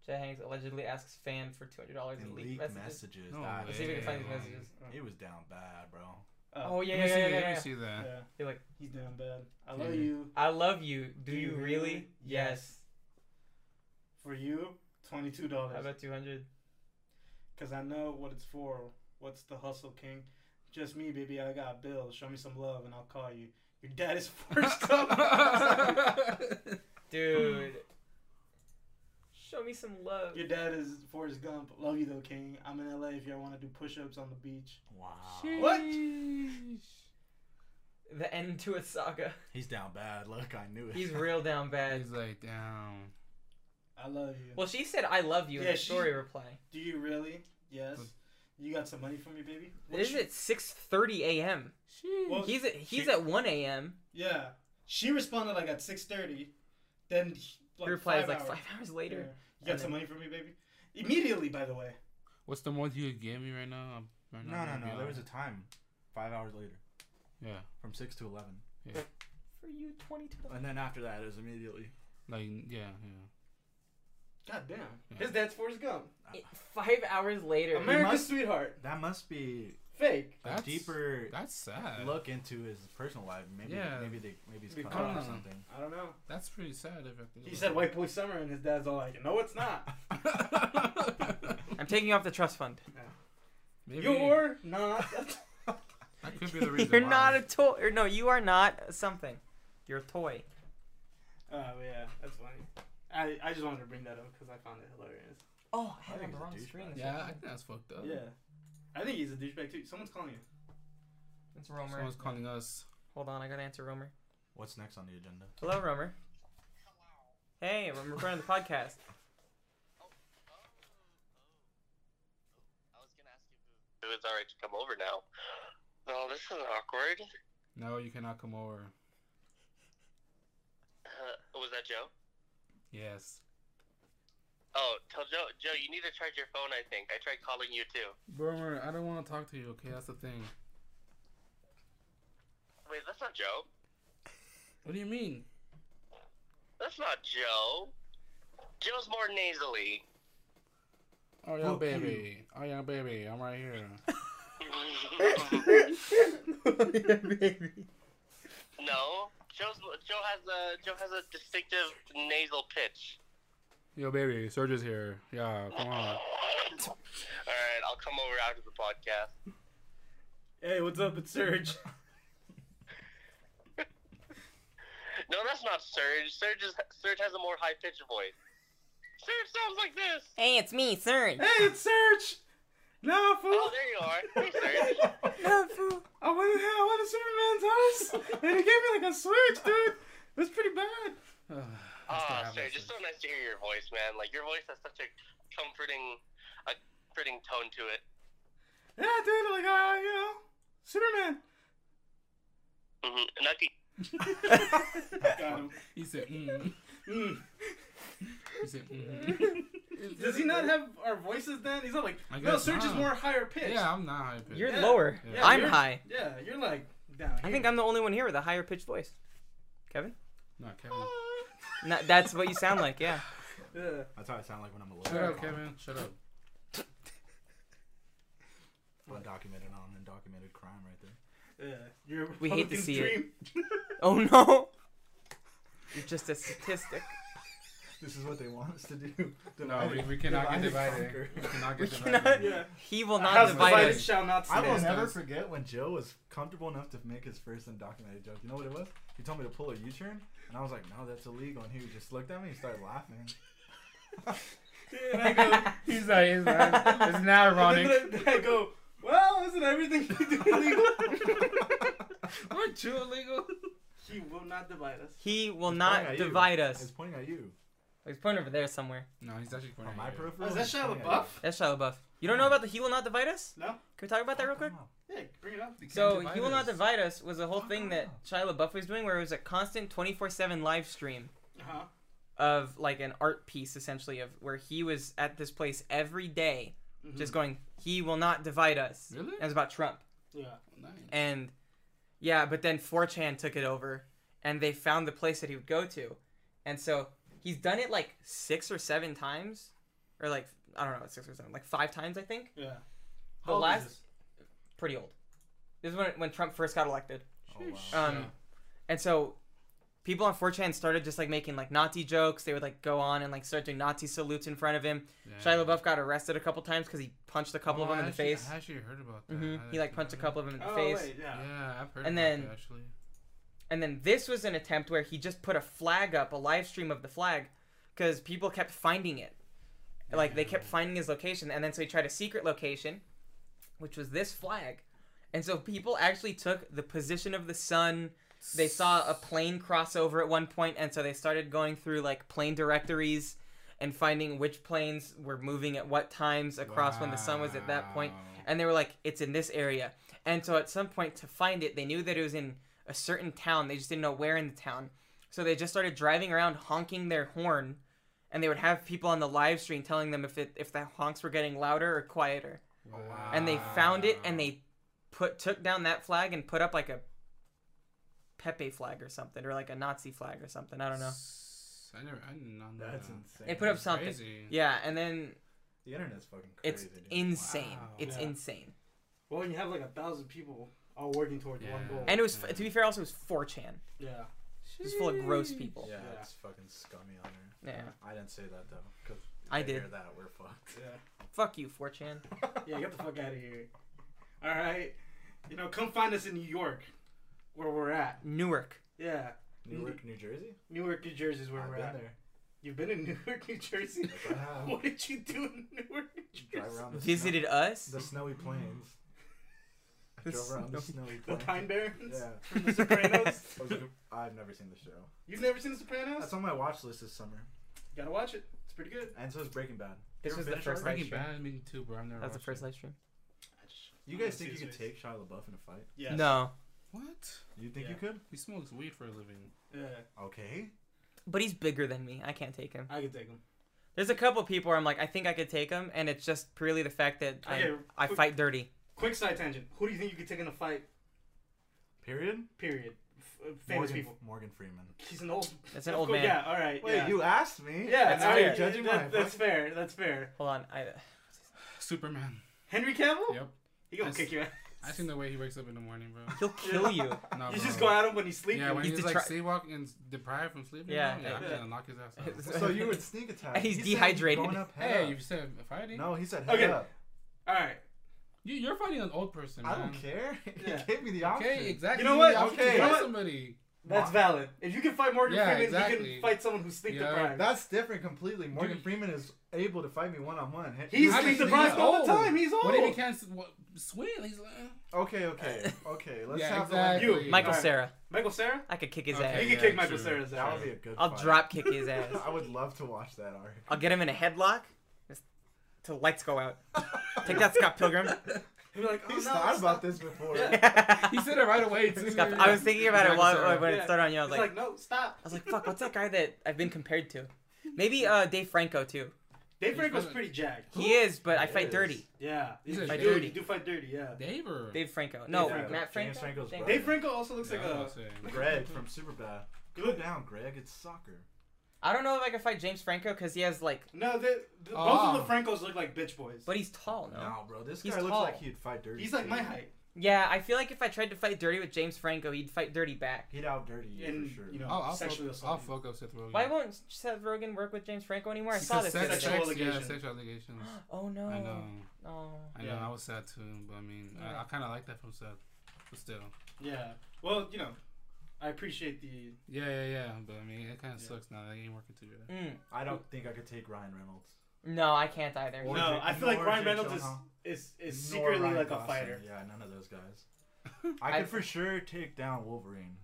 Chet Hanks allegedly asks fan for two hundred dollars in
And
leaked
leaked
messages.
messages.
No
that-
Let's see if we can find these
Yeah.
messages.
uh,
He was down bad, bro.
Oh yeah, yeah, yeah,
Let me
yeah,
see, that,
yeah,
Let
yeah.
me see
yeah.
that.
You're like,
He's doing bad. I love
Yeah.
you.
I love you. Do, you really? Yes.
For you, twenty two
How
dollars.
about two hundred?
Cause I know what it's for. What's the hustle, King? Just me, baby. I got bills. Show me some love, and I'll call you. Your dad is first up.
Dude. Show me some love.
Your dad is Forrest Gump. Love you though, King. I'm in LA. If y'all want to do push-ups on the beach,
Wow.
What?
Sheesh.
The end to a saga.
He's down bad. Look, I knew it.
He's real down bad.
He's like, damn.
I love you.
Well, she said I love you in
Yeah,
the
she-
story reply.
Do you really? Yes.
What?
You got some money for me, baby. What
This is
you-
at 6:30 a.m.
Well,
He's at, he's
she-
at 1 a.m.
Yeah. She responded like at six thirty. Then he- like,
He replies
five
like
hours.
five hours later.
Yeah. You got
And
some money for me, baby? Immediately, by the way.
What's the most you could give me right now? I'm- Right
no,
now
no,
I'm gonna
no.
be
There was a
honest.
time, five hours later,
yeah,
from six to eleven,
For you, 22.
and then after that, it was immediately.
like yeah, yeah.
God damn. His dad's Forrest Gump.
It- five hours later.
America's
must-
sweetheart.
That must be
Fake.
a
That's-
deeper
That's sad.
look into his personal life. Maybe
Yeah.
maybe they maybe he's
Maybe
cut
cut
off or
off.
something.
I don't know.
That's pretty sad. If I think
He
about
said
it.
White Boy Summer, and his dad's all like, "No, it's not.
I'm taking you off the trust fund.
Maybe
You're not."
that could be the reason
You're
why.
not a toy. Or no, you are not something. You're a toy.
Oh yeah, that's funny. I, I just wanted to bring that up because I found it hilarious.
Oh, I
I
had it on
think
the wrong
he's a
screen.
douchebag.
Yeah, I think that's fucked up.
Yeah, I think he's a douchebag too. Someone's calling you.
It's Romer.
Someone's calling us.
Hold on, I gotta answer Romer.
What's next on the agenda?
Hello, Romer. Hey, I'm recording the podcast.
I was gonna ask you if it was alright to come over now. No, this is awkward.
No, you cannot come over.
Uh, was that Joe?
Yes.
Oh, tell Joe. Joe, you need to charge your phone. I think I tried calling you too.
Romer, I don't want to talk to you. Okay, that's the thing.
Wait, that's not Joe.
What do you mean?
That's not Joe. Joe's more nasally.
Oh yeah,
Fuck you.
baby. Oh yeah, baby. I'm right here.
no, Joe's Joe has a Joe has a distinctive nasal pitch.
Yo, baby. Serge is here. Yeah, come on.
All right, I'll come over after the podcast.
Hey, what's up? It's Serge.
No, that's not Serge. Serge is Serge has a more high pitched voice. Serge sounds like this.
Hey, it's me, Serge.
hey, it's Serge. No
Oh,
fool.
there you are. Hey, Serge.
I went I went to Superman's house, and he gave me like a switch, dude. It was pretty bad.
Ah,
have
Serge,
that
it's so nice to hear your voice, man. Like your voice has such a comforting, a comforting tone to it.
Yeah, dude. Like, uh, you know, Superman.
Mm-hmm. Nucky.
Got him.
He said, mm.
Mm.
He said, mm.
Does he not have our voices then? He's not like
I
no.
guess
Serge is
not.
more higher pitched.
Yeah, I'm not high pitched.
You're
Yeah.
lower.
Yeah,
I'm
you're-
high.
Yeah, you're like down.
I think I'm the only one here with a higher pitched voice. Kevin?
No, Kevin.
No, that's what you sound like, yeah.
Yeah.
That's how I sound like when I'm a
Shut
lawyer.
up, Kevin. Shut up.
Undocumented on undocumented crime right there.
Yeah, uh, you're
We hate to
Republican's
see it.
dream.
Oh no. You're just a statistic.
This is what they want us to do.
No, we, we cannot get
Divide and
divided. We
conquer.
cannot
We
get
cannot-
divided.
Yeah.
He will not
House
divide
divided
us.
shall not
I
stand.
will
Yes,
never
guys.
forget when Joe was comfortable enough to make his first undocumented joke. You know what it was? He told me to pull a U-turn, and I was like, "No, that's illegal." And he just looked at me and started laughing.
And I go,
He's like, he's like, it's not
and
ironic.
then I go, well, isn't everything you do illegal?
Aren't you illegal?
he will not divide us.
He will
It's
not
pointing at you.
divide us.
It's pointing at you.
He's pointing over there somewhere.
No, he's actually
On
pointing
my
at you.
peripheral.
Oh, is that
it's
Shia
pointing at
LaBeouf?
That's Shia LaBeouf. You don't know about the He Will Not Divide Us?
No?
Can we talk about that real
you.
quick?
Wow.
Yeah, bring it up.
He can't Oh,
So
divide
He Will Not
us.
Divide Us was a whole thing that Shia LaBeouf was doing where it was a constant 24-7 live stream
Uh-huh.
of like an art piece essentially of where he was at this place every day, just going, He will not divide us.
Mm-hmm. Really?
It was about Trump.
Yeah.
Nice.
And yeah, but then 4chan took it over and they found the place that he would go to. And so he's done it like six or seven times. Or like I don't know, six or seven, like five times I think.
Yeah.
The
old is
last
this?
pretty old. This is when when Trump first got elected.
Oh, wow.
Um,
Yeah.
and so people on 4chan started just like making like Nazi jokes. They would like go on and like start doing Nazi salutes in front of him.
Yeah.
Shia LaBeouf got arrested a couple times because he punched a couple
Oh,
of them in
I
the
actually-
face.
I actually heard about that.
hmm
I
He like punched a
didn't know.
couple of them in the
Oh,
face.
wait, yeah.
Yeah, I've heard
And
about
then-
that actually.
And then this was an attempt where he just put a flag up, a live stream of the flag, because people kept finding it. Like they kept finding his location, and then so he tried a secret location, which was this flag. And so people actually took the position of the sun. They saw a plane crossover at one point, and so they started going through like plane directories and finding which planes were moving at what times across when the sun was at that point.
Wow.
And they were like, it's in this area. And so at some point to find it, they knew that it was in a certain town. They just didn't know where in the town. So they just started driving around honking their horn, and they would have people on the live stream telling them if it if the honks were getting louder or quieter.
Wow.
And they found it, and they put took down that flag and put up like a Pepe flag or something, or like a Nazi flag or something. I don't know.
I never. I did not know
That's
that.
insane.
They put up
That's
something.
Crazy.
Yeah, and then
The internet's fucking crazy.
it's
dude.
insane.
Wow.
It's
Yeah.
insane.
Well, when you have like a thousand people all working towards one
Yeah.
goal.
And it was,
Yeah.
to be fair, also it was 4chan. It
yeah.
was full of gross people.
Yeah,
Yeah.
it's fucking scummy on there.
Yeah.
I didn't say that though, because
I did.
Hear that we're fucked.
Yeah.
Fuck you, 4chan.
Yeah, get the fuck out of here. All right. You know, come find us in New York, where we're at.
Newark.
Yeah.
Newark, New Jersey.
Newark, New Jersey is where
I've
we're
been
at.
there.
You've been in Newark, New Jersey?
Yes, I have.
what did you do in Newark, New Jersey?
Drive around the
Visited us.
snow- the snowy plains. I
The
drove around the snowy
The
plains.
Pine Barrens?
Yeah.
From The Sopranos?
I was go- I've never seen the show.
You've never seen The Sopranos?
That's on my watch list this summer.
Gotta watch it. It's pretty good.
And so is Breaking Bad.
This
You ever
was the
finish
first
already?
Breaking Bad, I mean, too, bro. I've never.
That was the
watched
first
it.
live stream.
You guys think you could take Shia LaBeouf in a fight?
Yeah.
No.
What?
You think you
Yeah.
could?
He smokes weed for a living.
Yeah.
Okay.
But he's bigger than me. I can't take him.
I could take him.
There's a couple people where I'm like, I think I could take him, and it's just purely the fact that I,
Okay,
I
quick-
fight dirty.
Quick side tangent. Who do you think you could take in a fight?
Period.
Period. F- uh, famous
Morgan,
people.
Morgan Freeman.
He's an old.
That's an
Of
old
course,
man.
Yeah. All right.
Wait,
yeah.
you asked me.
Yeah.
And now
all
you're
right,
judging
that-
my
That's
fucking-
fair. That's fair.
Hold on. I,
Superman.
Henry Cavill.
Yep.
He gonna
I
kick
s-
your ass.
I seen the way he wakes up in the morning, bro.
he'll kill you.
Nah,
You
bro.
just go at him when he's sleeping.
Yeah, when
He's
he's, like
detri-
sleepwalking and deprived from sleeping.
Yeah,
Yeah, yeah. I'm
yeah.
gonna knock his ass out.
So you would sneak attack.
And he's
He said
dehydrated.
Going up
Hey,
head
you said fighting?
up. No, he said head
Okay.
up.
All right.
You, you're fighting an old person, man.
I don't care.
Yeah.
He gave me the option.
Um, Okay, exactly.
You know what?
You have to
Okay.
fight
You know
what?
somebody.
That's valid. If you can fight Morgan
Yeah,
Freeman, you
exactly.
can fight someone who's sleep
Yeah.
deprived.
That's different completely. Morgan
Dude.
Freeman is able to fight me one on one.
He's
How
sleep
does he
deprived
get
all the
old?
time. He's old.
What if he can't s- what, swing? He's like, eh.
okay, okay, okay. Let's
Yeah,
have
exactly.
the
You.
Michael
Alright.
Sarah.
Michael Sarah.
I could kick his
Okay,
He
ass.
could
yeah,
kick Michael
true.
Sarah's
That
ass.
would be a good.
I'll
fight.
drop kick his ass.
I would love to watch that arc.
I'll get him in a headlock. Just till lights go out. Take that, Scott Pilgrim.
He'd be like, oh,
He's
no,
thought
it's not-
about this before.
Yeah.
He said it right away too.
Scott, I was thinking about it
Michael
while,
Cera.
when it
Yeah.
started on you. I
He's
was
like,
like,
no, stop.
I was like, fuck, what's that guy that I've been compared to? Maybe uh, Dave Franco too.
Dave
He's
Franco's
really-
pretty jagged.
He is, but I
He
fight
is.
dirty.
Yeah,
He's
you
a
do.
dirty.
You do fight dirty. Yeah.
Dave or
Dave Franco. No,
Franco.
Matt Franco.
James Franco's
James-
brother.
Dave Franco also looks
Yeah,
like
I
a.
was saying.
Greg from Superbad. Go down, Greg. It's soccer.
I don't know if I can fight James Franco because he has like,
No, they, the,
Oh.
both of the Francos look like bitch boys.
but he's tall. No.
No, bro. This
He's
guy looks
tall.
like he'd fight dirty.
he's like my
too.
height.
Yeah, I feel like if I tried to fight dirty with James Franco, he'd fight dirty back.
He'd out dirty you
And
for sure.
you know,
I'll, I'll,
sexually
fuck, I'll
assault.
fuck up Seth Rogen.
Why won't Seth Rogen work with James Franco anymore? I
Because
saw this.
sex,
the other
Sexual
day.
sex, yeah,
allegation.
sexual allegations.
Oh no.
I know,
Oh.
I know.
Yeah.
I was sad too, but I mean,
Yeah.
I, I kind of like that from Seth, but still.
Yeah. Well, you know, I appreciate the.
Yeah, yeah, yeah. But I mean, it kind of
Yeah.
sucks now. That ain't working too good.
Mm.
I don't think I could take Ryan Reynolds.
No, I can't either.
Or
no,
Jake-
I feel like
nor
Ryan
Jake
Reynolds is
Gyllenhaal.
is, is
nor
secretly
Ryan
like a
Gosling.
fighter.
Yeah, none of those guys.
I-
I could for sure take down Wolverine.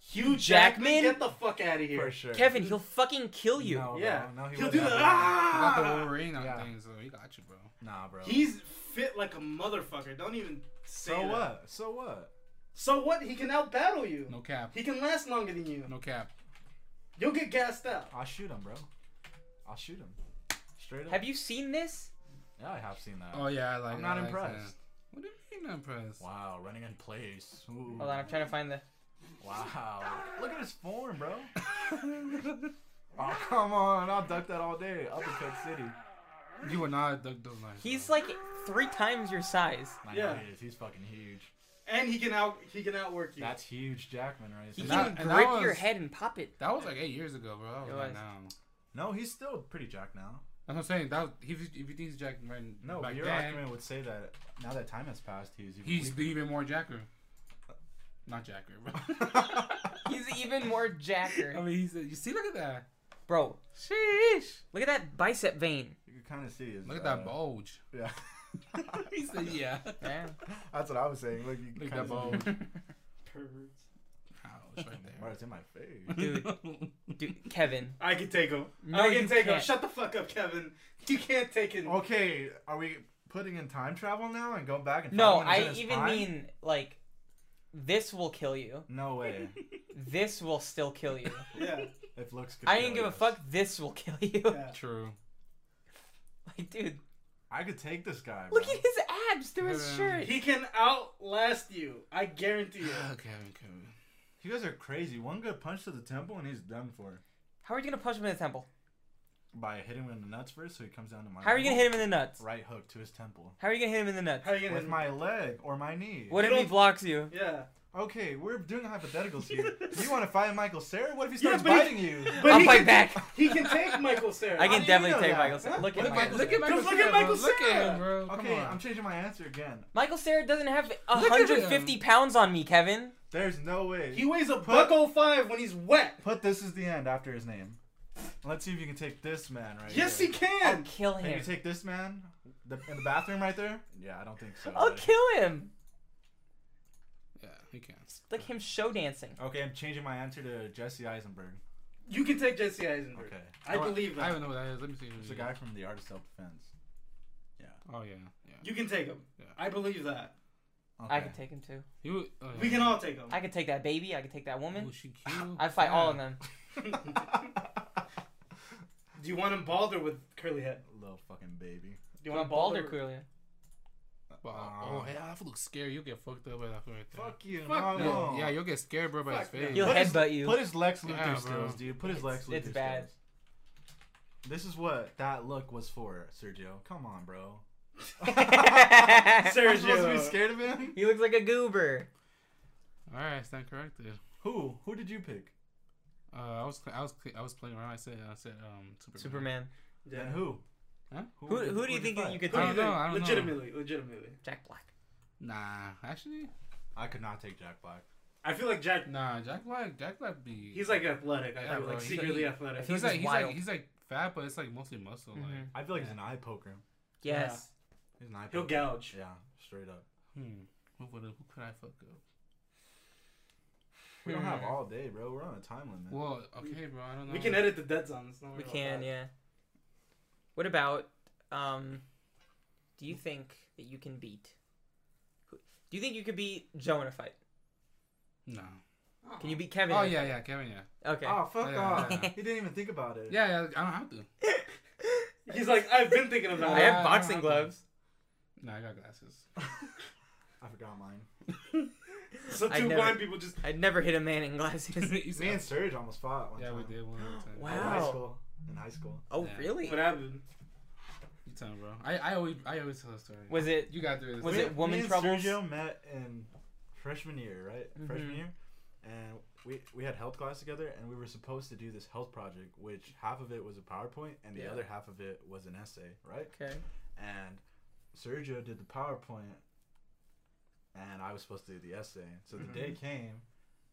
Hugh
Jackman?
Jackman, get the fuck out of
For
here.
sure.
Kevin, he'll fucking kill you.
No,
Yeah,
bro. No, he
he'll
wouldn't
do the
have Wolverine.
You got the
ah.
Wolverine on
Yeah.
thing, so he got you, bro.
Nah, bro.
He's fit like a motherfucker. Don't even say
so
that.
what? So what?
So what? He can out battle you.
No cap.
He can last longer than you.
No cap.
You'll get gassed out.
I'll shoot him, bro. I'll shoot him. Straight up.
Have you seen this?
Yeah, I have seen that.
Oh yeah, I like.
I'm
I
not
like
impressed.
that. What do you mean not impressed?
Wow, running in place. Ooh.
Hold on, I'm trying to find the.
Wow. Look at his form, bro. oh, come on. I'll duck that all day. Uppercut City.
You would not duck those lines.
He's
bro.
like three times your size.
I know
Yeah.
he is. He's fucking huge.
And he can out he can outwork you.
That's huge Jackman right
He
there.
that-
can
and that
grip your
was-
head and pop it.
That was like eight years ago, bro. That was
It
like
was.
now.
No, he's still pretty jacked now.
That's what I'm saying. That was, if, you- if you think he's Jack right
No,
back
your
then,
argument would say that now that time has passed, he's even
he's
weaker.
even more Jacker.
Uh.
Not Jacker, bro.
He's even more
I
jacker.
mean, he's you see, look at that.
Bro,
Sheesh.
look at that bicep vein.
You can kind of see his.
Look at
uh,
that bulge.
Yeah.
He said, yeah.
Yeah.
That's what I was saying. Look, you
Look at
kinda
that bulge.
see-
Perverts.
Ouch, right
Bro,
there.
it's in my face.
Dude. Dude, Kevin.
I can take him.
No,
I can
you
take him.
can't.
Shut the fuck up, Kevin. You can't take him.
okay, are we putting in time travel now and going back and?
No,
find when he's in
I
his
even
prime?
mean like this will kill you.
No way.
This will still kill you.
Yeah.
If looks good.
I didn't give a fuck. This will kill you.
yeah.
True.
Like, dude,
I could take this guy.
look
bro.
at his abs through his
Um,
shirt.
He can outlast you. I
Oh,
guarantee you.
Okay, okay.
You guys are crazy. One good punch to the temple and he's done for.
How are you gonna punch him in the temple?
By hitting him in the nuts first, so he comes down to my.
How are you gonna hit him in the nuts?
Right hook to his temple.
How are you gonna hit him in the nuts?
How are you gonna?
With my leg or my knee.
What if he
don't-
blocks you?
yeah,
Okay, we're doing hypotheticals here. you want to fight Michael Sarah? What if he
Yeah,
starts
but he-
biting you?
But
I'll
he
fight
can-
back.
he can take Michael Sarah.
I can
How do you
definitely
know
take
that?
Michael Sarah. Look
What
at
if
Michael.
Michael-
Look at Michael.
Just look at
Cera, bro.
Michael
Look at
Cera.
him, bro. Come
Okay,
on.
I'm changing my answer again.
Michael Sarah doesn't have
at
150
him.
pounds on me, Kevin.
There's no way.
He weighs a buck oh five when he's wet.
Put this is the end after his name. Let's see if you can take this man right
Yes, he
here.
I'll
can.
kill
Can
him.
you take this man the, in the bathroom right there? Yeah, I don't think so.
I'll
but-
kill him.
Yeah, he can.
Like him show dancing.
Okay, I'm changing my answer to Jesse Eisenberg.
You can take Jesse Eisenberg.
Okay.
I believe
I
that.
don't know what that is. Let me see.
It's the guy from The Art of Self Defense.
Oh yeah, yeah.
You can take him.
Yeah.
I believe that.
Okay.
I could take him too.
He would- oh, yeah.
We can all take him.
I could take that baby. I could take that
Oh,
woman.
she cute.
I'd fight all of
Yeah.
them.
Do you want him bald or with curly head?
Little fucking baby.
Do
You
you want
want Balder
curly?
Coolia?
But, oh, hey, that looks scary. You'll get fucked up by that fool right there.
Fuck you.
Fuck
no,
no.
no.
Yeah, you'll get scared, bro, by his
Fuck no.
face.
He'll
Put his-
headbutt you.
Put his Lex Luthor
Yeah, bro.
skills, dude. Put his Lex Luthor
It's- it's bad.
skills. This is what that look was for, Sergio. Come on, bro. I'm supposed to be
Sergio.
scared of him?
He looks like a goober.
All right, stand corrected.
Who? Who did you pick?
Uh, I was I was I was playing around. I said I said um Superman.
Superman.
Yeah.
And who?
Huh?
Who, who do you think that you could
Who do
I
you
take?
don't know,
think?
I don't know.
legitimately, legitimately.
Jack Black.
Nah, actually,
I could not take Jack Black.
I feel like Jack.
nah. Jack Black. Jack Black be.
He's like athletic. I
Yeah,
feel
bro,
like
he's
secretly
like-
athletic.
feel
he's
like
like
he's
he's like
wild.
he's like fat, but it's like mostly muscle. Like,
Mhm.
I feel like he's an eye poker.
Yes.
He's an eye
He'll
poker.
gouge.
yeah, straight up.
hmm, who would who could I fuck up?
We don't have
Hmm.
all day, bro. We're on a time limit.
Well, okay, bro. I don't know.
We can edit the dead zones. don't
We
worry about
can,
that.
yeah. What about um do you think that you can beat who- do you think you could beat Joe in a fight?
No.
Can you beat Kevin?
Oh
in a
yeah, yeah, Kevin, yeah,
fight? Okay.
Oh, fuck
Oh, yeah.
off. he didn't even think about it.
yeah, yeah. I don't have to.
He's like, I've been thinking about
I
it.
Yeah, I
have
don't
boxing
have
gloves.
Nah, I got glasses.
I forgot mine.
So
I
two
never-
blind people just.
I'd never hit a man in glasses.
You
Me
said-
and Serge almost fought one
yeah,
time.
we did one time.
Wow.
In high school. In high school.
oh,
Yeah.
really?
What happened?
You tell me, bro. I, I always I always tell a story.
Was it
you got through this?
was
Me-
it woman
me and
troubles?
Sergio met in freshman year, right?
Mm-hmm.
Freshman
Mhm.
year, and we we had health class together, and we were supposed to do this health project, which half of it was a PowerPoint, and the
Yeah.
other half of it was an essay, right?
Okay.
And Sergio did the PowerPoint, and I was supposed to do the essay. So the day
Mm-hmm.
came,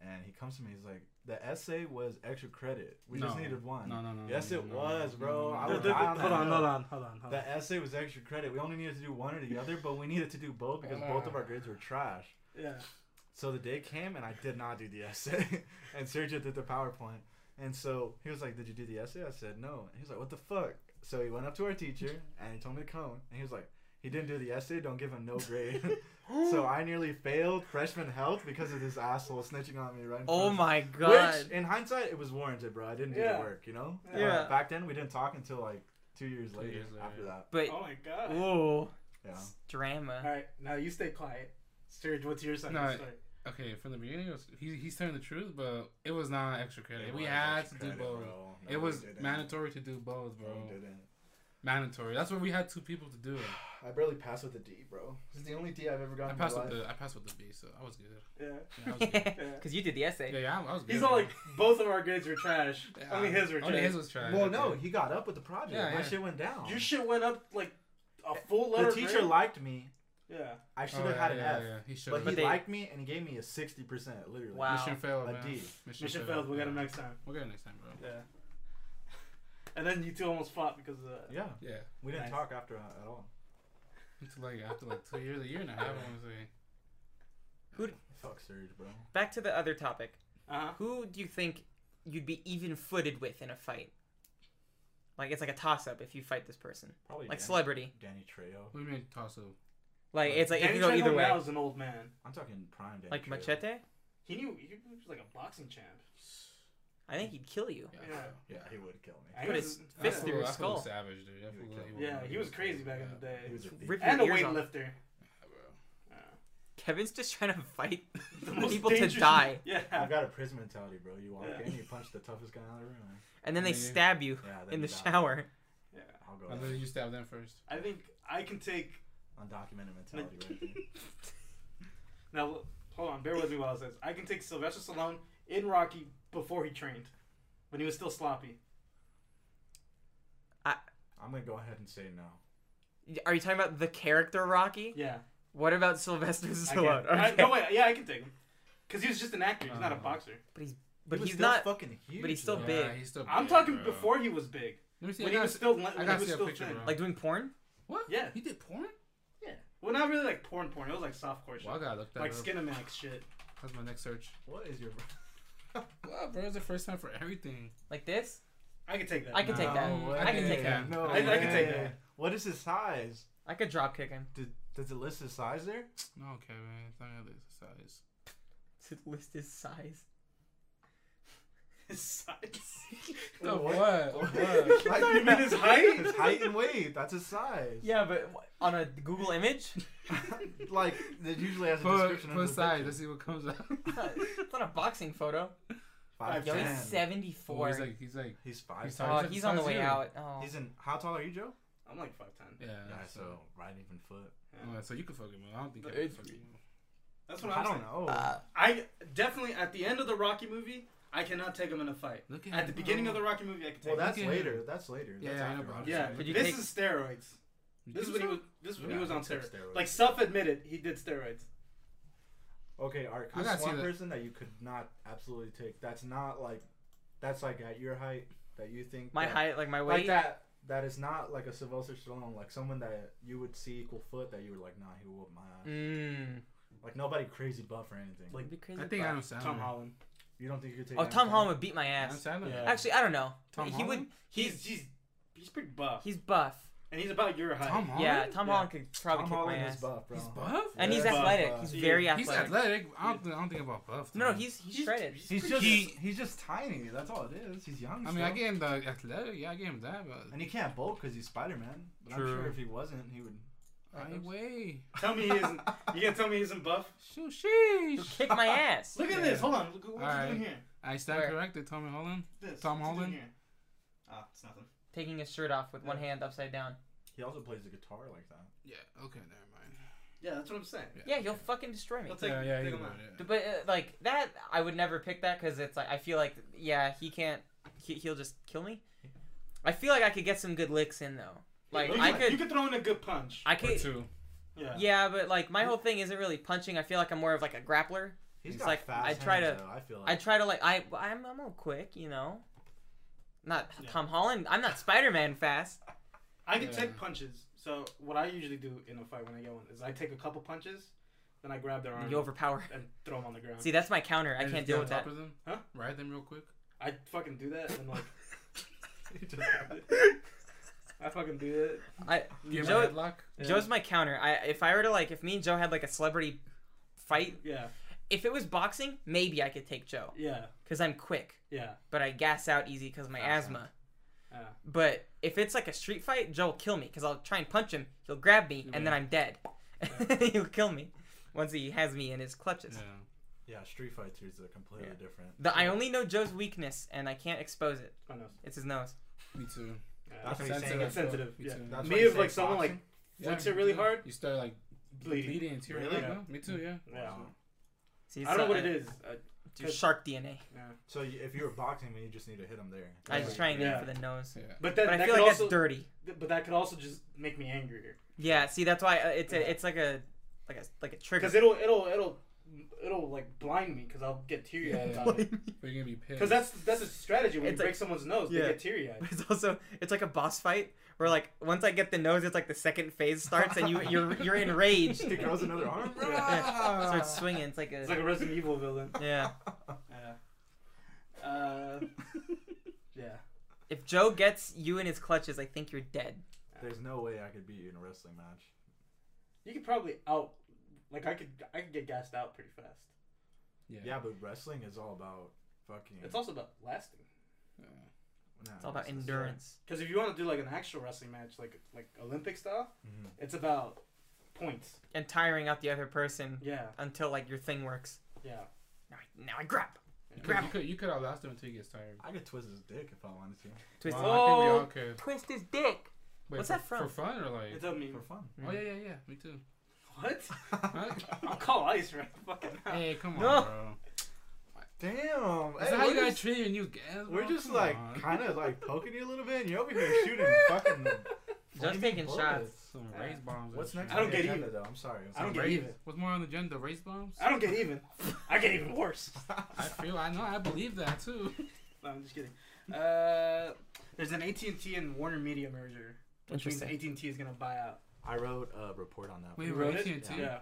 and he comes to me. He's like, "The essay was extra credit. We just
No.
needed one."
No, no, no.
Yes,
no,
it
no,
was,
no,
bro.
no,
I
no,
was
no.
high on
Hold
that
on,
hill.
hold on, hold on, hold on.
The essay was extra credit. We only needed to do one or the other, but we needed to do both because
Uh.
both of our grades were trash.
Yeah.
So the day came and I did not do the essay. and Sergio did the PowerPoint. And so he was like, Did you do the essay? I said, No. And he was like, What the fuck? So he went up to our teacher and he told me to come. And he was like, He didn't do the essay, don't give him no grade. so I nearly failed freshman health because of this asshole snitching on me right in
Oh
front of-
my god.
Which, in hindsight, it was warranted, bro. I didn't do
Yeah.
the work, you know?
Yeah.
But back then, we didn't talk until like two years later
years later.
after that.
But
Oh my god.
ooh,
Yeah.
it's drama.
All right, now you stay quiet. Serge, what's your side of
No,
the story?
Okay, from the beginning, it was, he he's telling the truth, but it was not extra credit.
It
we
was
had to
extra
do
credit,
both.
bro. No,
It
we
was
didn't.
mandatory to do both,
No,
bro.
we didn't.
Mandatory. That's why we had two people to do it.
I barely passed with a D, bro. This is the only D I've ever
I
gotten.
passed
in
with
my life.
the I passed with the B, so I was good.
Yeah.
Yeah, I was good.
Yeah.
Because you did the essay.
yeah, yeah, I, I was good.
He's all like,
bro.
both of our grades were trash.
Yeah,
Only his were trash.
Only his was trash.
Well, no, he got up with the project.
uh, Yeah,
My
yeah.
shit went down.
Your shit went up like a full letter.
the teacher
grade.
liked me.
Yeah.
I should
Oh,
have
yeah,
had an
yeah,
F,
yeah. He should.
but
But
he
they-
liked me and he gave me a sixty percent, literally.
Wow.
mission failed,
A
man.
D.
Mission failed. We'll get him next time.
We'll get him next time, bro.
Yeah. And then you two almost fought because of that.
Yeah,
Yeah,
we didn't
Nice.
talk after that at all.
until like after like two years, a year and a half, I want to say.
Fuck Serge, bro.
Back to the other topic.
Uh-huh.
Who do you think you'd be even footed with in a fight? Like it's like a toss up if you fight this person.
Probably
Like
Danny,
celebrity.
Danny Trejo.
We made Tasso.
Like
Right.
it's like it
Danny
can go
Trejo
either
now
way.
is an old man.
I'm talking prime Danny.
Like
Trejo.
Machete?
He knew he was like a boxing champ.
I think he'd kill you.
Yeah.
Yeah.
Yeah, he would kill me.
I
Put
was-
his
I
fist
was-
through his
that fool was
skull.
savage, dude. That
He
fool,
would
was-
kill
he
him.
was-
Yeah, he was crazy back in the
yeah.
day.
He was a beast.
Rip your
And a
ears off.
weightlifter.
Yeah, bro.
Yeah.
Kevin's just trying to fight
The most
people to
dangerous-
die,
I've
Yeah.
got a prison mentality, bro. You walk
Yeah.
in, you punch the toughest guy out of the room.
and then they
Yeah, yeah.
stab you
Yeah, then
in the
you die.
shower.
Yeah.
I'll go.
And
there.
then you stab them first.
I think I can take.
Undocumented mentality, right there.
now, l- hold on. Bear with me while I say this. I can take Sylvester Stallone in Rocky before he trained, when he was still sloppy.
I'm gonna go ahead and say no.
Are you talking about the character Rocky?
Yeah.
What about Sylvester
I can.
Stallone?
I-
Okay.
no, wait. Yeah, I can take him. Because he was just an actor. He's not a
Uh,
boxer.
but
He was
he's
still
not.
fucking huge.
he's still
though.
big.
he's still
I'm
big,
talking
bro.
before he was big.
Let me see. I
When he
gotta
was
see-
still, when
I
he
gotta
was
see a
still
picture,
thin.
bro.
like doing porn.
What?
Yeah.
He did porn?
Yeah. Well, not really like porn porn. It was like softcore shit.
Well, I gotta look that
like
up.
Skinamax shit.
That's my next search.
What is your?
Wow, bro, it's the first time for everything.
Like this?
I can take that.
I
No.
can take that.
No
I can take
way.
that.
No,
I- I can take
way.
that.
What is his size?
I could drop kick him.
Did, does it list his size there?
No, okay, man. It's not gonna lose the size.
To list his size.
His size.
The
What?
what?
What? Like,
You mean his height?
His height and weight. That's his size.
Yeah, but wh- on a Google image,
like it usually has a
Put,
description.
put
of the
size.
picture.
Let's see what comes out.
it's not a boxing photo.
Five
Yo,
Ten.
he's
ten.
Oh,
seventy-four.
he's like, he's like,
He's five.
He's
He's,
oh,
at
he's on the
size
way
zero.
out. Oh,
in. How tall are you, Joe?
I'm like five ten.
yeah.
Yeah. so right even foot.
Yeah, so you can fuck him. I don't think I
Hey.
can fuck him.
That's what
I
I'm
don't
saying.
know.
Uh,
I definitely at the end of the Rocky movie, I cannot take him in a fight.
Look
At the
him,
beginning
bro.
of the Rocky movie, I can take.
well,
him.
that's
Okay.
later. That's later.
Yeah,
that's
I know,
after
bro.
Rocky.
yeah.
Could
you
this
take-
is steroids.
You
This is
think
when he
so?
was. This is when
Yeah,
he was
I
on
took
steroids.
steroids.
Like self-admitted, he did steroids.
Okay, all right.
I
Who's
gotta see
one
that.
person that you could not absolutely take? That's not like, that's like at your height that you think
my
that,
height, like my
like
weight.
that. That is not like a Sylvester Stallone, like someone that you would see equal foot that you were like, nah, he will whoop my ass.
Mm.
Like nobody crazy buff or anything.
Like,
It'd be crazy.
I think Adam Sandler.
Tom Holland.
you don't think you could take?
Oh,
Adam
Tom
Sandler?
Holland would beat my
Adam
ass.
Sandler.
Yeah.
Actually, I don't know.
Tom
he would.
Holland?
He's
He's
he's he's pretty buff,
he's buff.
and he's about your height.
Tom Holland.
Yeah, Tom
Yeah.
Holland could probably
Tom
kick
Holland
my
is
ass.
buff, bro.
He's buff.
And he's
Yeah.
athletic.
Buff,
He's
uh,
very
He's
athletic.
athletic. I don't, I don't think about buff.
No, no,
though.
he's he's shredded.
He's just
He-
he's just tiny. That's all it is. He's young.
I mean, I
still.
gave him the athletic. Yeah, I gave him that, but
And he can't bowl because he's Spider Man. But I'm
True.
sure if he wasn't, he would.
I weigh.
Tell me he isn't. You can't tell me he isn't buff.
He'll
Shoo sheesh.
kick my ass.
Look at
Yeah.
this. Hold on. Look, what's
Alright.
he doing here?
I stand
Where?
corrected, Tommy Holland.
This.
Tom
what's he doing
Holland?
here? Ah, it's nothing.
Taking his shirt off with one hand upside down.
He also plays the guitar like that.
Yeah. Okay, never
Yeah, that's what I'm saying.
Yeah, he'll fucking destroy me.
He'll take,
mind. yeah, yeah,
take
you
him
know
out.
it, yeah.
But uh, like that, I would never pick that because it's like I feel like yeah he can't he, he'll just kill me. I feel like I could get some good licks in though. Like
you,
I
could, you
could
could throw in a good punch.
I
Or
could
two.
yeah.
yeah, but like my whole thing isn't really punching. I feel like I'm more of like a grappler.
He's
It's
got
like,
fast
I try
hands,
to-
Though, I feel
I
like.
try to like I I'm I'm all quick, you know. Not
Yeah.
Tom Holland. I'm not Spider Man fast.
I can take
Yeah.
punches. So what I usually do in a fight when I get one is I take a couple punches, then I grab their arm
And you overpower.
and throw them on the ground.
See, that's my counter. I
And
can't
just get
deal
on
with
top
that.
Of them,
Huh?
Ride them real quick.
I fucking do that and like
He just-
I fucking do it.
I
Give him a
Joe
headlock.
Joe's my counter. I if I were to like if me and Joe had like a celebrity fight,
Yeah,
if it was boxing, maybe I could take Joe
yeah,
because I'm quick.
yeah.
but I gas out easy because
Uh-huh.
my
Gas
asthma.
Ah.
But if it's like a street fight, Joe will kill me because I'll try and punch him. He'll grab me and then I'm dead. He'll kill me once he has me in his clutches.
Yeah.
yeah, Street Fighters are completely
Yeah.
different.
The, I only know Joe's weakness and I can't expose it.
I know.
It's his nose.
Me too.
Yeah.
That's what he's
Sensitive.
saying.
It's sensitive.
Me
Yeah.
too.
That's
Me
why you
if,
say
like, someone,
boxing.
Flicks it really hard.
You start like
Bleeding.
bleeding, into your
Really?
Yeah. Me too. Yeah.
Yeah.
See,
I don't know
so
what it is. Uh,
it's your shark DNA.
yeah.
So you, if you were boxing, man, you just need to hit him there.
I just try and
Yeah.
aim for the nose.
Yeah.
But then
But I
that
feel
could
like
also,
that's dirty.
th- but that could also just make me angrier
Yeah. See, that's why uh, it's
Yeah.
a, it's like a like a like a trigger.
because it'll it'll it'll it'll like blind me because I'll get teary
Yeah,
eyed
yeah.
about it.
But you're gonna be pissed.
Because that's that's a strategy when
It's
you
like-
break someone's nose,
Yeah.
they get teary eyed.
But it's also it's like a boss fight where like once I get the nose, it's like the second phase starts and you you're you're enraged.
He grows another arm.
Yeah. Starts swinging. It's like a
It's like a Resident Evil villain.
yeah.
Yeah. Uh, yeah.
If Joe gets you in his clutches, I think you're dead.
There's no way I could beat you in a wrestling match.
You could probably out. Like I could, I could get gassed out pretty fast.
yeah.
Yeah, but wrestling is all about fucking.
It's also about lasting.
Yeah.
nah,
It's all about
this is-
endurance.
Because if you want to do like an actual wrestling match, like like Olympic style,
Mhm.
it's about points.
and tiring out the other person
Yeah,
until like your thing works.
yeah.
Now I, now I grab.
Because you could you could outlast him until he gets tired.
I could twist his dick if I wanted to.
Twist.
Wow, I think we all
Oh,
could.
twist his dick.
Wait,
What's
for,
that from?
For fun or like?
It's a meme.
For fun.
Oh yeah, yeah, yeah. Me too.
What?
Huh?
I'll call ICE right fucking now.
hey, come on,
No.
bro.
Damn.
Is
Hey,
that how
we're
you guys
just-
treat your new guests?
We're
Oh,
bro?
just
Come
like
on.
kind of like poking you a little bit, and you're over here shooting fucking. flaming
taking shots.
some raise bombs.
What's
and
next?
shit.
I don't get
on the agenda,
even.
Though I'm sorry. I'm
I don't
sorry.
get
Raise-
even.
What's more on the agenda? Raise bombs.
I don't get even. I get even worse.
I feel. I know. I believe that too.
No, I'm just kidding. Uh, there's an AT&T and Warner Media merger, which means
Interesting.
AT&T is gonna buy out.
I wrote a report on that.
Wait,
You
wait,
wrote it?
AT&T.
Yeah,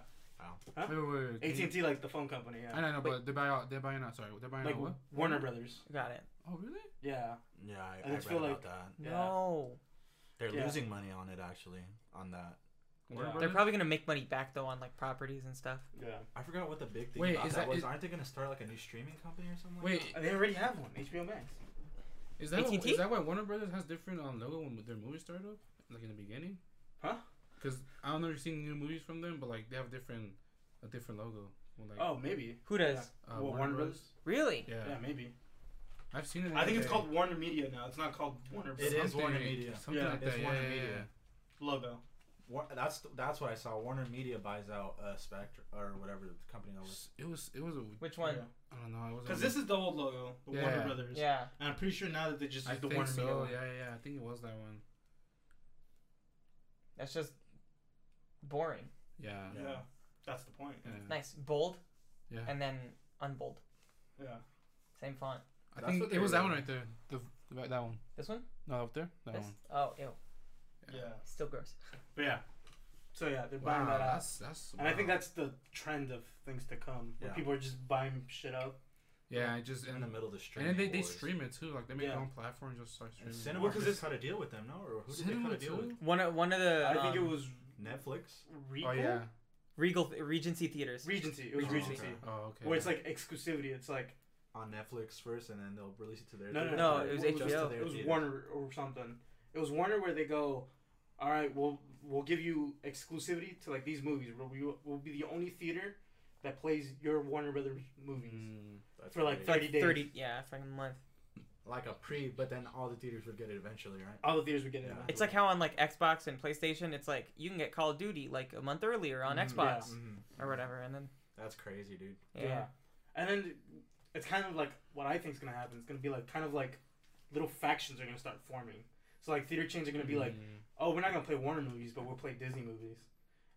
Wait, wait, wait.
AT&T like the phone company.
I
Yeah,
don't know, but they're buying out. They're buying out. Sorry, they're buying
like
out what?
Warner Brothers.
Got it.
Oh, really?
Yeah,
Yeah,
I
I, I,
just
read
feel
about
like-
that.
Yeah.
No.
They're
Yeah.
losing money on it actually. On that,
Warner
Yeah.
They're
Brothers?
probably gonna make money back though on like properties and stuff.
yeah.
I forgot what the big thing
Wait,
about
is
that,
that-
was.
is-
Aren't they gonna start like a new streaming company or something?
Wait,
And they already have one, HBO Max.
is that what,
AT&T?
is that why Warner Brothers has different um, logo when their movies started up, like in the beginning?
Huh?
Because I don't know if you've seen new movies from them, but like they have different, a different logo. Well, like,
Oh, maybe.
Who does?
uh,
well, Warner, Brothers.
Really?
Yeah.
Yeah, maybe.
I've seen it. the
I think
other
it's
day.
called Warner Media now. It's not called Warner Brothers.
It is
Something,
Warner Media.
Something
Yeah,
like
it's
that.
Warner
yeah, yeah,
Media.
yeah.
logo.
War- that's that's what I saw. Warner Media buys out uh, Spectrum or whatever the company that was.
S- It was. It was. A,
Which one?
I don't know. It was.
Because this is the old logo, the Warner
Yeah.
Brothers.
Yeah.
And I'm pretty sure now that they just
I
use the
think
Warner Media.
so.
one.
Yeah, yeah, yeah. I think it was that one.
That's just boring.
Yeah.
Yeah. That's the point.
yeah.
Nice. Bold
Yeah.
and then unbold.
Yeah.
Same font.
I
That's what
think
they
it was that
were-
one right there. The, the that one.
This one?
No, up there. That
This?
one.
Oh, ew.
Yeah.
Still gross.
But yeah. So yeah, they're buying
Wow,
that out.
that's that's.
And I think
wow.
that's the trend of things to come. Where
Yeah.
people are just buying shit up.
yeah. I just
in
and
the middle of the stream.
and then they, they stream it too. Like they make
Yeah.
their own platform and just start
And
streaming.
Cinemark
Because
just
it's-
cut a deal with them, no? Or who did they cut a
Cinema
deal
too.
with?
One of one of the.
I think it
um,
was
Netflix.
Regal?
Oh yeah.
Regal Regency Theaters.
Regency. It was
Regency.
Regency.
Oh okay.
Where it's like exclusivity. It's like
On Netflix first, and then they'll release it to their.
No, no,
theater
no,
or
it was
just to
HBO.
their
it was
theater.
Warner or something. It was Warner where they go, all right, we'll we'll give you exclusivity to like these movies. Where we will be the only theater that plays your Warner Brothers movies
Mm.
That's
for like
crazy.
thirty days.
Thirty. Yeah, fucking month.
like a pre, but then all the theaters would get it eventually, right?
All the theaters would get it.
Yeah.
It's like how on like Xbox and PlayStation, it's like you can get Call of Duty like a month earlier on
Mm,
Xbox
Mm-hmm.
Mhm.
or whatever, and then
That's crazy, dude.
yeah.
And then it's kind of like what I think is gonna happen. It's gonna be like kind of like little factions are gonna start forming. So like theater chains are gonna be like,
Mm.
oh, we're not gonna play Warner movies, but we'll play Disney movies.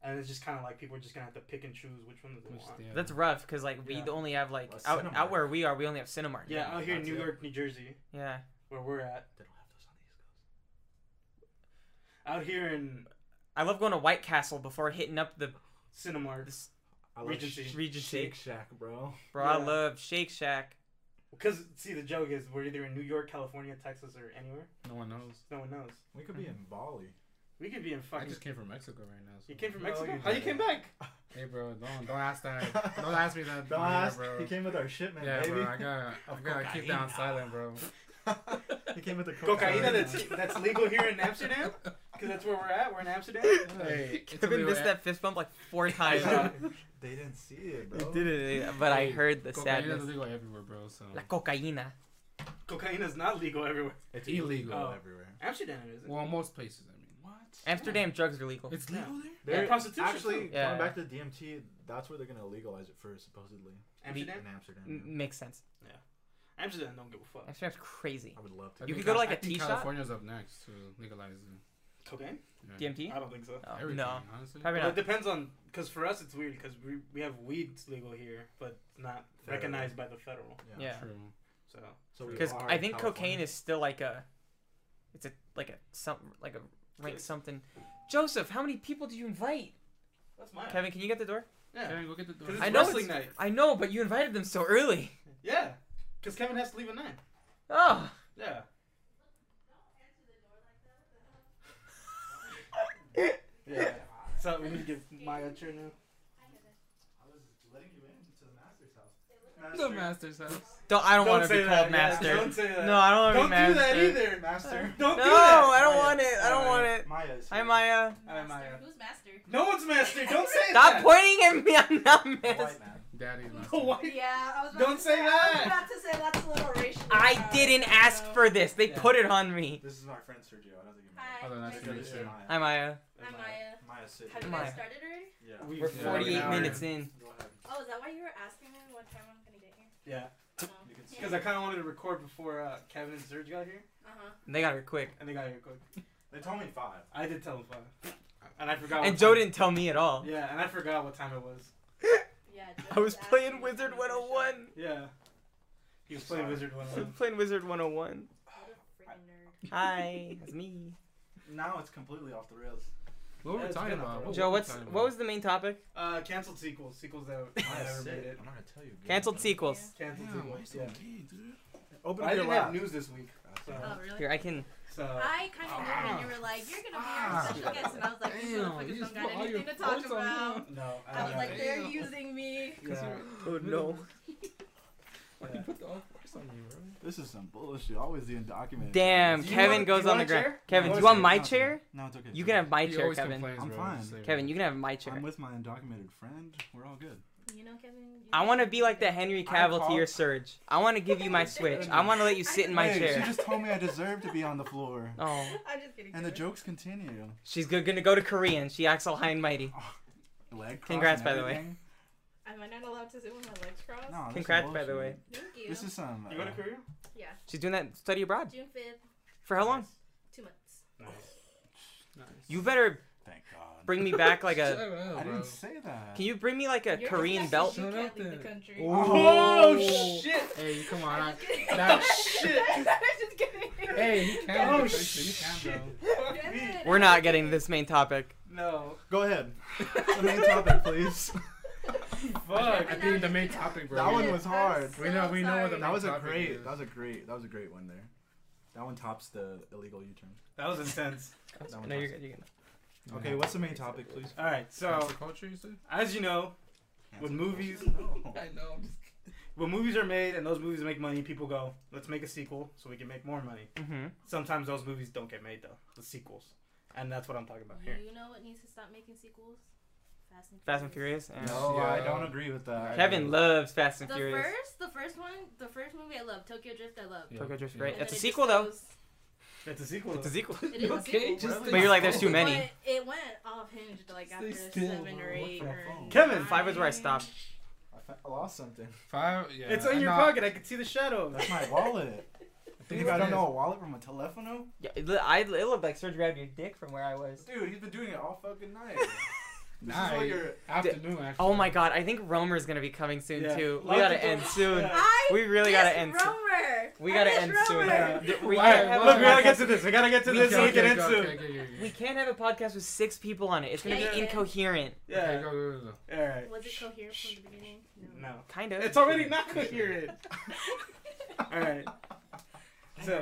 And it's just kind of like people are just gonna have to pick and choose which ones they
Which-
want.
yeah.
That's rough because like we
Yeah.
only have like
Well,
out,
Cinemark.
out where we are, we only have Cinemark.
Yeah, out here in
That's
New
it.
York, New Jersey,
Yeah.
where we're at.
They don't have those on the East Coast.
out here in
I love going to White Castle before hitting up the
Cinemark
this
I love
Regency.
Sh-
Regency.
Shake Shack, bro.
bro. I
Yeah.
love Shake Shack.
because see the joke is we're either in New York, California, Texas, or anywhere.
no one knows.
No one knows.
We could be in Bali.
We could be in
I
fucking.
just came from Mexico right now. So.
You came from
No,
Mexico.
you
How you came
didn't.
back?
Hey bro, don't don't ask that. Don't ask me that.
Don't
on here,
ask.
bro.
He came with our shipment,
Yeah,
baby.
bro. I got I
Of
got kicked down
cocaine.
silent, bro.
he came with the
Cocaina.
cocaine.
That's that's legal here in Amsterdam because that's where we're at. We're in Amsterdam.
Hey, it's
Kevin
illegal.
missed that fist bump like four times.
Yeah.
They didn't see it, bro.
It did it, but I heard the
Cocaine is
sadness.
illegal everywhere, bro. So
La cocaína.
Cocaine is not legal everywhere.
It's
Illegal.
illegal
Oh.
everywhere.
Amsterdam is.
well, most places. I mean,
What?
Mm.
Amsterdam drugs are legal.
it's
Yeah.
legal there.
Yeah, prostitution
Actually,
too.
Yeah.
going back to DMT, that's where they're gonna legalize it first, supposedly.
Amsterdam.
In Amsterdam. yeah.
M- makes sense.
Amsterdam don't give a fuck.
Amsterdam's crazy.
I would love
I
to.
You could
think
go to, like,
Cal- I
a
think
tea shop?
California's up next to legalizing.
Cocaine?
Yeah.
DMT?
I don't think so.
Oh,
Everything,
no,
honestly.
probably
Well, it
not.
depends on because for us it's weird because we we have weed's legal here, but it's not
Federal.
recognized by the federal.
Yeah,
True.
So
So we
because
are
I
in
think cocaine
California.
is still like a, it's a like a some like a rank something. Joseph, how many people do you invite?
that's mine.
Kevin, can you get the door?
Yeah.
Karen, go get the door.
Because it's
I know
wrestling
it's-
night.
I know, but you invited them so early.
Yeah. Because Kevin has to leave at nine.
Oh,
Yeah. Yeah. So we need to give Maya a turn now.
I was letting you in to the master's house.
The master's house.
Don't, I don't want to be
say that.
called
Yeah,
master.
don't say that.
no, I don't want to be
Don't do
master.
that either.
Master.
Don't
No,
do that. Oh,
I don't
Maya.
want it. I don't
Maya.
want it.
Maya's.
Hi, Maya.
Hi,
Master.
Maya.
Who's master?
No one's master. Don't say
Stop
that.
pointing at me. I'm not
White
master.
man.
Daddy's
The
master.
white.
Yeah, I was about
Don't
to
say that.
I was about to say that's a little racial.
I
uh,
didn't
you
ask
know.
for this. They
Yeah.
put it on me.
This is my friend Sergio. I don't think you
Hi.
Oh, nice to
met him.
meet
Say
you.
Maya.
Hi, Maya.
Hi, Maya.
Maya City.
Have you
Maya.
guys started already?
Yeah.
We've
We're
been
Yeah,
48
an hour.
minutes in.
Go ahead.
Oh, is that why you were asking me what time I'm gonna get here? Oh.
Yeah.
No.
You can see.
Because I kind of wanted to record before uh, Kevin and Serge got here,
Uh-huh.
They got her quick.
and they got here quick.
They told me five.
I did tell them five, and I forgot.
And
what
Joe
time-
didn't tell me at all.
Yeah, and I forgot what time it was.
Yeah.
I
Joe
was
asking
playing
me
Wizard
if I'm gonna show up.
101.
Yeah. He was playing
Sorry.
Wizard One.
I was playing Wizard 101.
What a freaking nerd.
Hi, it's me.
Now it's completely off the rails.
What were
Yeah,
we
it's
talking
been a
about?
while.
What
Joe,
were we
what's
talking
what
about?
was the main topic?
Uh, canceled sequels, sequels that
Maya
never
City.
made it.
I'm gonna tell you. good.
Canceled sequels.
Canceled
Damn, why
sequels.
so
Yeah.
gay, dude?
Open
But
up
I
your
didn't have
lap.
news this week, so
Oh, really?
Here, I can.
so
I kind of knew when you were like, you're gonna be our
Ah.
special guest, and I was like, these
Damn,
motherfuckers
you
don't
just
got
put all
anything to
your
talk
force on
about.
no. I
I was
don't
like,
know.
they're
Damn.
using me.
Cause
Yeah.
Oh
no. Why
Yeah.
you put the all force on me, bro?
This is some bullshit. Always the undocumented.
Damn,
Do you
Kevin
want- do
goes
you
on
want
the
a
ground.
chair? No,
Kevin, do you
it's
want
okay.
my
No, it's okay.
chair?
No, it's okay.
You can have my
He
chair,
always
Kevin.
complains,
I'm
bro.
fine.
Just say
Kevin,
that.
you can have my chair.
I'm with my undocumented friend. We're all good.
You know, Kevin. you
I want to
know-
be like the Henry Cavill to
call-
your Surge. I want to give you my switch. I want to let you sit in my
hey, she
chair.
just told me I deserve to be on the floor.
Oh,
I'm just kidding.
And the
Kevin.
jokes continue.
she's go- gonna go to Korean. She acts all high and mighty.
Leg cross
Congrats,
and
by the way.
everything.
Am I not allowed to sit with my legs crossed?
No, this is
Congrats, by the
bullshit.
way.
Thank you.
This is some.
You going
uh,
to Korea?
She's doing that study abroad
June 5th,
for how long?
two months.
Nice.
Nice.
You better
Thank God.
bring me back like a.
Shut up,
I
bro.
didn't say that.
Can you bring me like a
You're
Korean
just
belt?
actually- You
Shut up
can't leave the
then.
country.
Oh
Oh.
shit!
Hey, come on.
I'm
I-
just kidding.
that
shit.
I'm just kidding.
Hey, you can.
Oh,
bro. You
shit.
can, bro.
Fuck me.
Kevin,
We're
I'm
not
just
getting
kidding.
this main topic.
No.
Go ahead. the main topic, please.
I think the main topic, bro.
That one
is-
was
I'm
hard.
so
We know- we know
sorry.
the-
That was a
Topic
great.
is-
That was a great. That was a great one there. That one tops the illegal U-turn.
That was intense.
That one
No, you're
tops
good. You're good.
it. Okay, what's the main topic, please?
All right. So
Cancel culture, you said?
as you know, With movies.
No.
I know. I'm just
when movies are made and those movies make money, people go, "Let's make a sequel so we can make more money."
Mhm.
Sometimes those movies don't get made though, the sequels, and that's what I'm talking about here.
You know what needs to stop making sequels? Fast and Furious.
Fast and Furious. Uh, Yeah.
No, I
Yeah.
don't agree with that.
Kevin loves Fast and
The
Furious.
first, the first one, the first movie I love, Tokyo Drift, I love.
Yeah.
Tokyo Drift's
Yeah.
great.
And
It's a
then it
sequel
just
though.
goes-
It's a sequel.
It's a
though.
sequel.
It is a
Oh, Okay,
sequel.
just
But
But you're like, there's too
But
many.
it went off hinge like after
still,
seven or
bro. Look
eight
for that
or
phone.
Kevin,
Five was where I
nine.
stopped.
I fa- I lost something.
Five. Yeah.
It's in
I
your
know-
pocket. I can see the shadow.
That's my wallet.
I think
Think I
it
don't
is.
know a wallet from a telefono?
Yeah, it, li- I, it looked like Serge grabbed your dick from where I was.
Dude, he's been doing it all fucking night. This is
Night.
what your
Afternoon, actually.
Oh my god, I think Romer's gonna be coming soon
Yeah.
too. We
Lots
gotta
of
end
people-
soon.
Yeah.
I
We really
miss
gotta end soon.
Romer.
We
I
gotta
miss
end soon.
Romer.
Th- We
Why?
can't have
Look,
a
Look, we gotta get
podcast-
to this. We gotta get to
Okay,
this so we
okay,
can
okay,
end
okay,
soon.
okay, okay, okay.
we can't have a podcast with six people on it. It's gonna
Yeah,
be
you can.
incoherent.
Okay,
Yeah.
go, go, go, go.
All right.
Was it coherent from the beginning?
No.
Kind of.
It's already not coherent. All right. So,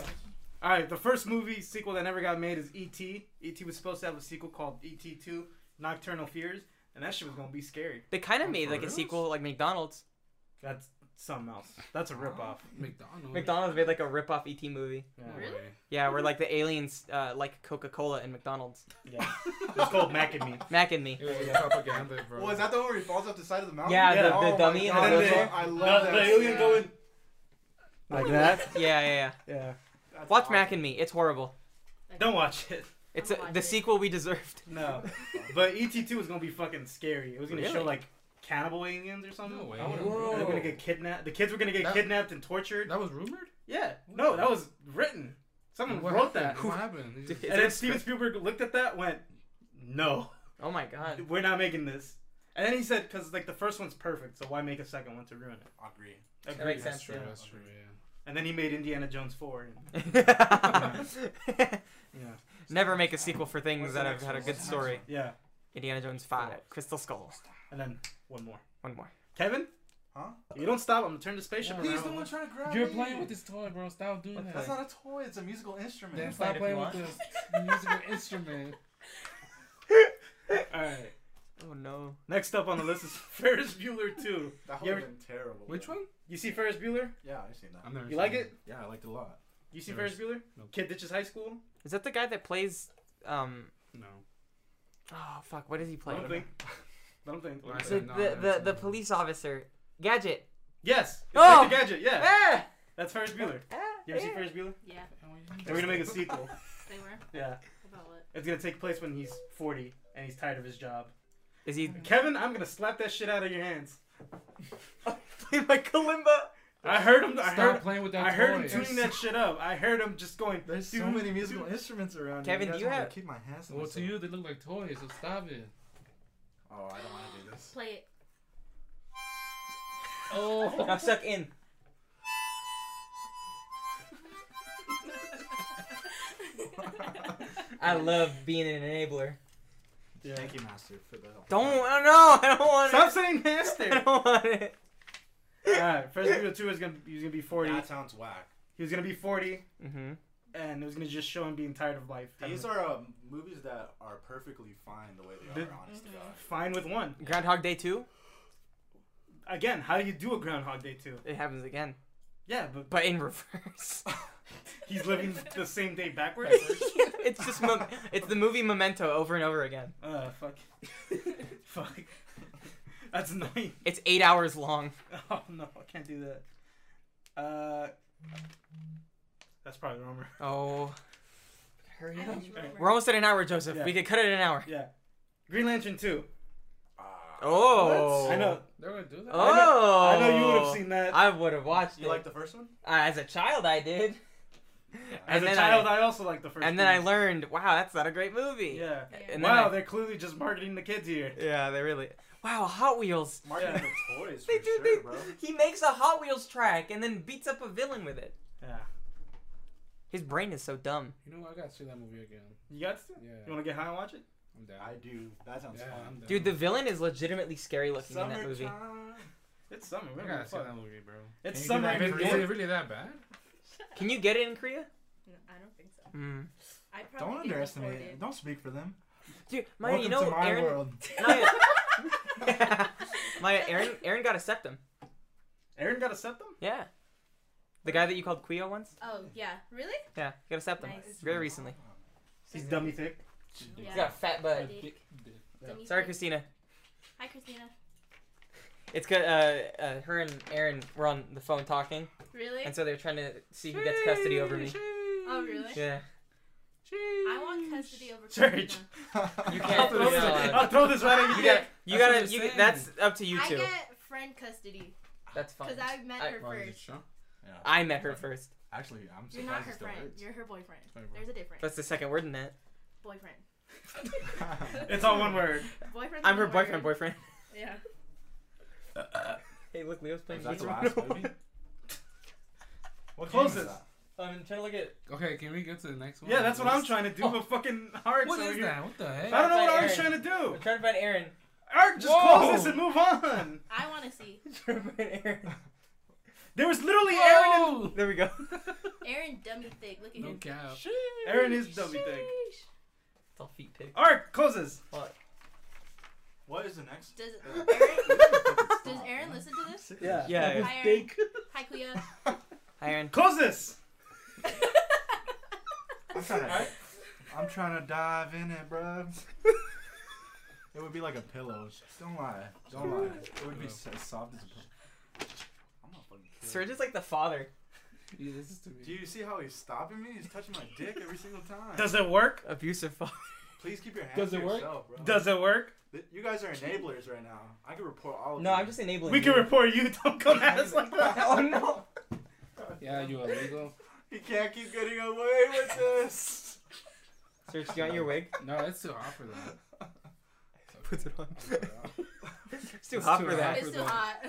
all right. The first movie sequel that never got made is E E.T. E.T. was supposed to have a sequel called E.T. Two: Nocturnal Fears, and that shit was gonna be scary.
They kind of made
For
like a
reals?
sequel, like McDonald's.
That's something else. That's a ripoff.
Oh,
McDonald's. Oh,
McDonald's made like a rip-off ET movie.
Yeah.
No
Really?
way.
Yeah, where like the aliens uh, like Coca-Cola and McDonald's.
yeah. It's called Mac and Me.
Mac and me.
It was propaganda, bro.
Well, is that the one where he falls off the side of the mountain?
Yeah,
the-
the
Oh my
dummy
and the
God,
little-
man, I love that.
the alien
scene.
going-
like that.
Yeah, yeah, yeah.
Yeah.
That's
Watch
awesome.
Mac and me. It's horrible.
Don't watch it.
It's a,
I'm gonna
the
watch it.
sequel we deserved.
No. But E.T. Two was gonna be fucking scary. It was gonna
Really?
show like cannibal aliens or something.
No way.
I would've-
Whoa.
They were gonna get kidnapped. The kids were gonna get
That-
kidnapped and tortured.
That was rumored.
Yeah. No, that was written. Someone
What
wrote
happened?
that.
What happened?
Dude,
It's
it's
just-
And
in
then
a
Steven
script.
Spielberg looked at that, went, "No,
Oh my god.
we're not making this." And then he said, "Cause like the first one's perfect, so why make a second one to ruin it?"
Agree.
That makes
That's
sense.
true.
yeah.
That's true. Yeah.
And then he made Indiana Jones four. And, yeah,
Never make a sequel for things
What's
that
the
have
next
had a
one?
good
What's the next
story.
one?
yeah.
Indiana Jones 5, Crystal Skull.
And then one more.
One more.
Kevin,
Huh?
You don't stop. I'm gonna turn the spaceship
Please
around.
don't
trying to grab
You're playing with this toy, bro. Stop doing
What the-
that.
That's not a toy. It's a musical instrument.
Then
That's Play it
stop
if
playing
you
with this musical instrument.
All right.
Oh no.
Next up on the list is Ferris Bueller 2.
That
You
would have been terrible.
Which one?
You see Ferris Bueller?
Yeah, I've seen that.
I've never
You like
seen
it?
Um, Yeah, I liked it a lot.
You see
No.
Ferris Bueller?
Nope.
Kid ditches high school?
Is that the guy that plays? Um.
No.
Oh fuck! What does he play?
I don't think. I don't think.
Well, I
The
said- No, I
the,
haven't
the,
seen
the
that.
police officer, Gadget.
Yes. It's
Oh!
Inspector Gadget. Yeah.
Ah!
That's Ferris Bueller.
Ah,
You ever see
yeah.
Ferris Bueller?
Yeah,
They're gonna make a sequel.
they were.
Yeah.
About what?
It's gonna take place when he's 40 and he's tired of his job.
Is he
Kevin, I'm gonna slap that shit out of your hands.
playing my kalimba?
I heard him. I
Stop
heard.
playing with that
I heard him
toy.
tuning that shit up. I heard him just going.
There's so
"Dude,
many
dude."
musical instruments around. here.
Kevin,
you guys
do you
want me
have-
to keep my hands?
Well, to
myself.
you, they look like toys, so stop it.
Oh, I don't want to do this.
Play it.
Oh.
Now suck in. I love being an enabler.
Yeah.
Thank you, Master, for the help.
Don't. Oh no! I don't want
Stop
it.
saying
I
master.
don't want it.
Alright, Ferris Bueller 2 is gonna. He was gonna be 40.
That sounds whack.
He was gonna be 40,
Mm-hmm.
and it was gonna just show him being tired of life.
These are uh, movies that are perfectly fine the way they are.
The-
honest to
Mm-hmm.
God.
fine with one.
Groundhog Day two.
Again, how do you do a Groundhog Day 2?
It happens again,
Yeah, but
but in reverse.
he's living the same day backwards.
it's just mo- it's the movie Memento over and over again.
Uh, fuck. fuck. That's annoying.
It's eight hours long.
Oh no, I can't do that. Uh, that's probably the rumor.
Oh, hurry
I
up!
don't remember.
We're almost at an hour, Joseph.
Yeah.
We could cut it an hour.
Yeah, Green Lantern two.
Ah.
Oh,
I know.
They're gonna do that.
Oh,
I know you would have seen that.
I would have watched
You
it.
like the first one?
uh, as a child, I did.
As
and
a
then
child,
I,
I, also liked the first.
and then I
Green
learned, wow, that's not a great movie.
Lantern. Yeah.
Yeah.
And then
wow,
I-
they're clearly just marketing the kids here.
yeah, they really. Wow, Hot Wheels.
Marketing
Yeah.
the toys. For
They do.
Sure,
they,
bro.
he makes a Hot Wheels track and then beats up a villain with it.
Yeah.
His brain is so dumb.
You know, what? I gotta see that movie again.
You got? To? You
Yeah.
want to get high and watch it?
I'm down.
I do. That sounds
yeah, I'm
fun.
down.
Dude, the villain is legitimately scary looking in that movie.
It's summer.
I
We're
gotta
gonna
see
fuck.
that movie, bro.
It's
Can you do
summer. in
that
Is
in
it-
Korea.
is it really that bad?
Can you get it in Korea?
No, I don't think so.
Mm.
I probably
Don't
think they
underestimate
recorded.
it. Don't speak for them.
Dude, Maya,
Welcome
you know
to my
Aaron.
world.
Maya, Maya, Aaron, Aaron got a septum.
Aaron got a septum.
Yeah. The guy that you called Quio once?
Oh yeah, really?
Yeah, he got a septum.
Nice.
Very recently.
He's dummy thick.
Yeah.
He's got a fat butt.
Dick.
Dick- dick.
Then you
Sorry,
think-
Christina.
Hi, Christina.
It's good. Uh, uh, her and Aaron were on the phone talking,
Really?
and so they're trying to see who gets custody over me.
Oh really?
Yeah.
I want custody over
Church.
Christina.
You
I'll
can't-
throw, this,
No.
I'll throw this right at
You
you.
got. You
That's what
gotta.
they're
You,
saying.
that's up to you
I
two.
get friend custody
That's fine.
because I met
I-
her
Why, is it
first.
Sean?
Yeah.
I met her first.
Actually, I'm surprised
You're not
it
her
still
friend.
works.
You're her boyfriend.
Sorry, bro.
There's a difference.
That's the second word in that.
boyfriend.
It's all one word.
Boyfriend.
I'm her boyfriend. Boyfriend.
Yeah.
Hey, look, Leo's playing.
Is that the
music.
last movie? What
Close
game is
this.
that?
I'm trying to look at.
Okay, can we get to the next one?
Yeah, that's what I'm trying to do,
Oh.
but fucking hard.
What
over
is
here.
that? What the heck?
I don't know what I
Aaron.
was trying to do.
I'm trying to find Aaron.
Eric, just
Whoa.
close this and move on.
I want to see.
I'm trying to find Aaron.
There was literally Aaron.
Oh!
There we go.
Aaron dummy thick. Look at
No
him.
cap.
Aaron is dummy
Sheesh.
thing.
It's all feet pick.
And... Eric, close this.
What is the next?
Does Aaron?
Oh,
does Aaron listen to this?
Yeah.
Yeah.
Hi Aaron. Hi Kuya.
Hi, Aaron.
Close this.
I'm trying to. I'm trying to dive in it, bruv. It would be like a pillow. Don't lie. Don't lie. It would be so soft as a pillow. I'm not fucking kidding.
Serge is like the father.
Yeah, this is to
Do
me.
you see how he's stopping me? He's touching my dick every single time.
Does it work?
Abusive father.
Please keep your hands
Does
to
it work?
yourself, bro.
Does it work?
Th- You guys are enablers right now. I can report all of
No,
you.
I'm just enabling.
We
you.
can report you. Don't come at us like that.
oh no.
Yeah, you illegal.
He can't keep getting away with this.
Serge, do you want your wig?
No, it's too hot for that.
Puts it on. it's too
It's
hot
too
for that.
hot.
It's too hot.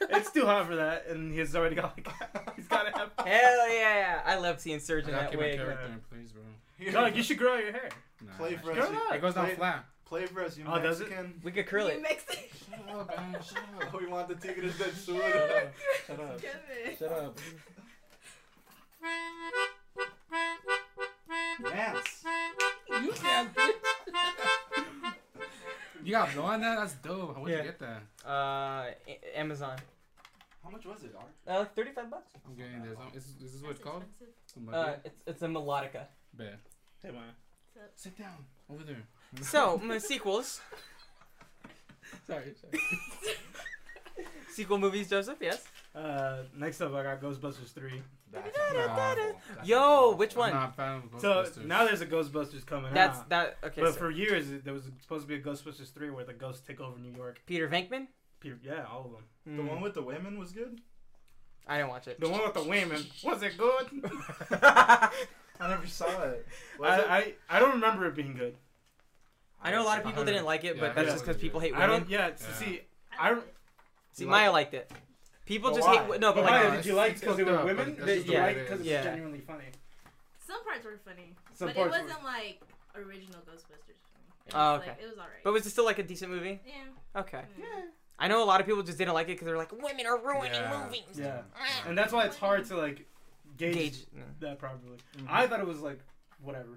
It's too hot for that, and he's already got like he's gotta have.
Hell yeah! I love seeing
I
Serge in
gotta
that
keep my
wig.
character in place, bro.
Here,
No, you should grow out your hair.
Nah,
play for
Grow
us.
it
you-
up.
It goes down
Play-
flat.
Play for us, you
Oh, does it?
Mexican.
We could curl
You
it.
mix
Shut up, man. Shut up.
We want the tigres del sur.
Shut Shut up.
it.
Shut up.
Dance.
You can't. bitch. You got blow on that? That's dope. Where'd
Yeah.
you get that?
Uh, A- Amazon.
How much was it, Art?
Uh, like thirty-five bucks.
I'm getting this. Um, Is, is this what it's
That's
called?
expensive.
Oh,
Uh, it's it's a melodica.
Bet.
Hey, man.
Sit down. Over there.
So my sequels,
Sorry. sorry.
sequel movies, Joseph. Yes.
Uh, next up, I got Ghostbusters 3.
That's
awful.
Yo, which
I'm
one?
not a fan of
So
Ghostbusters.
now there's a Ghostbusters coming
That's
out.
that. Okay.
but
so
for years, there was supposed to be a Ghostbusters 3 where the ghosts take over New York.
Peter Venkman.
Pe- Yeah, all of them.
The
Mm,
one with the women was good.
I didn't watch it.
The one with the women. Was it good?
I never saw it. Was it?
I, I, I don't remember it being good.
I know a lot of people
heard-
didn't like it,
yeah, I
but that's
heard
just
it was
because people hate
good.
I
women.
don't. Yeah. So
Yeah.
see,
I don't.
See,
You
Maya liked it. People
But
just
why?
hate. No,
But
but
why
like,
no,
did you
it's-
like
it's
because they
fucked
were
up,
women?
but that's
Did
just
you
the way
like
it
because
is.
it's
Yeah.
genuinely funny?
Some parts were funny,
Some
but
parts
it
were-
wasn't like original Ghostbusters. For me. It was
Oh,
Like,
okay.
it was alright.
but was it still like a decent movie?
yeah.
Okay.
Yeah.
I know a lot of people just didn't like it because they're like, women are ruining
Yeah.
movies.
Yeah. And that's why it's hard to like gauge,
Gage. Mm. no.
that probably.
Mhm.
I thought it was like whatever.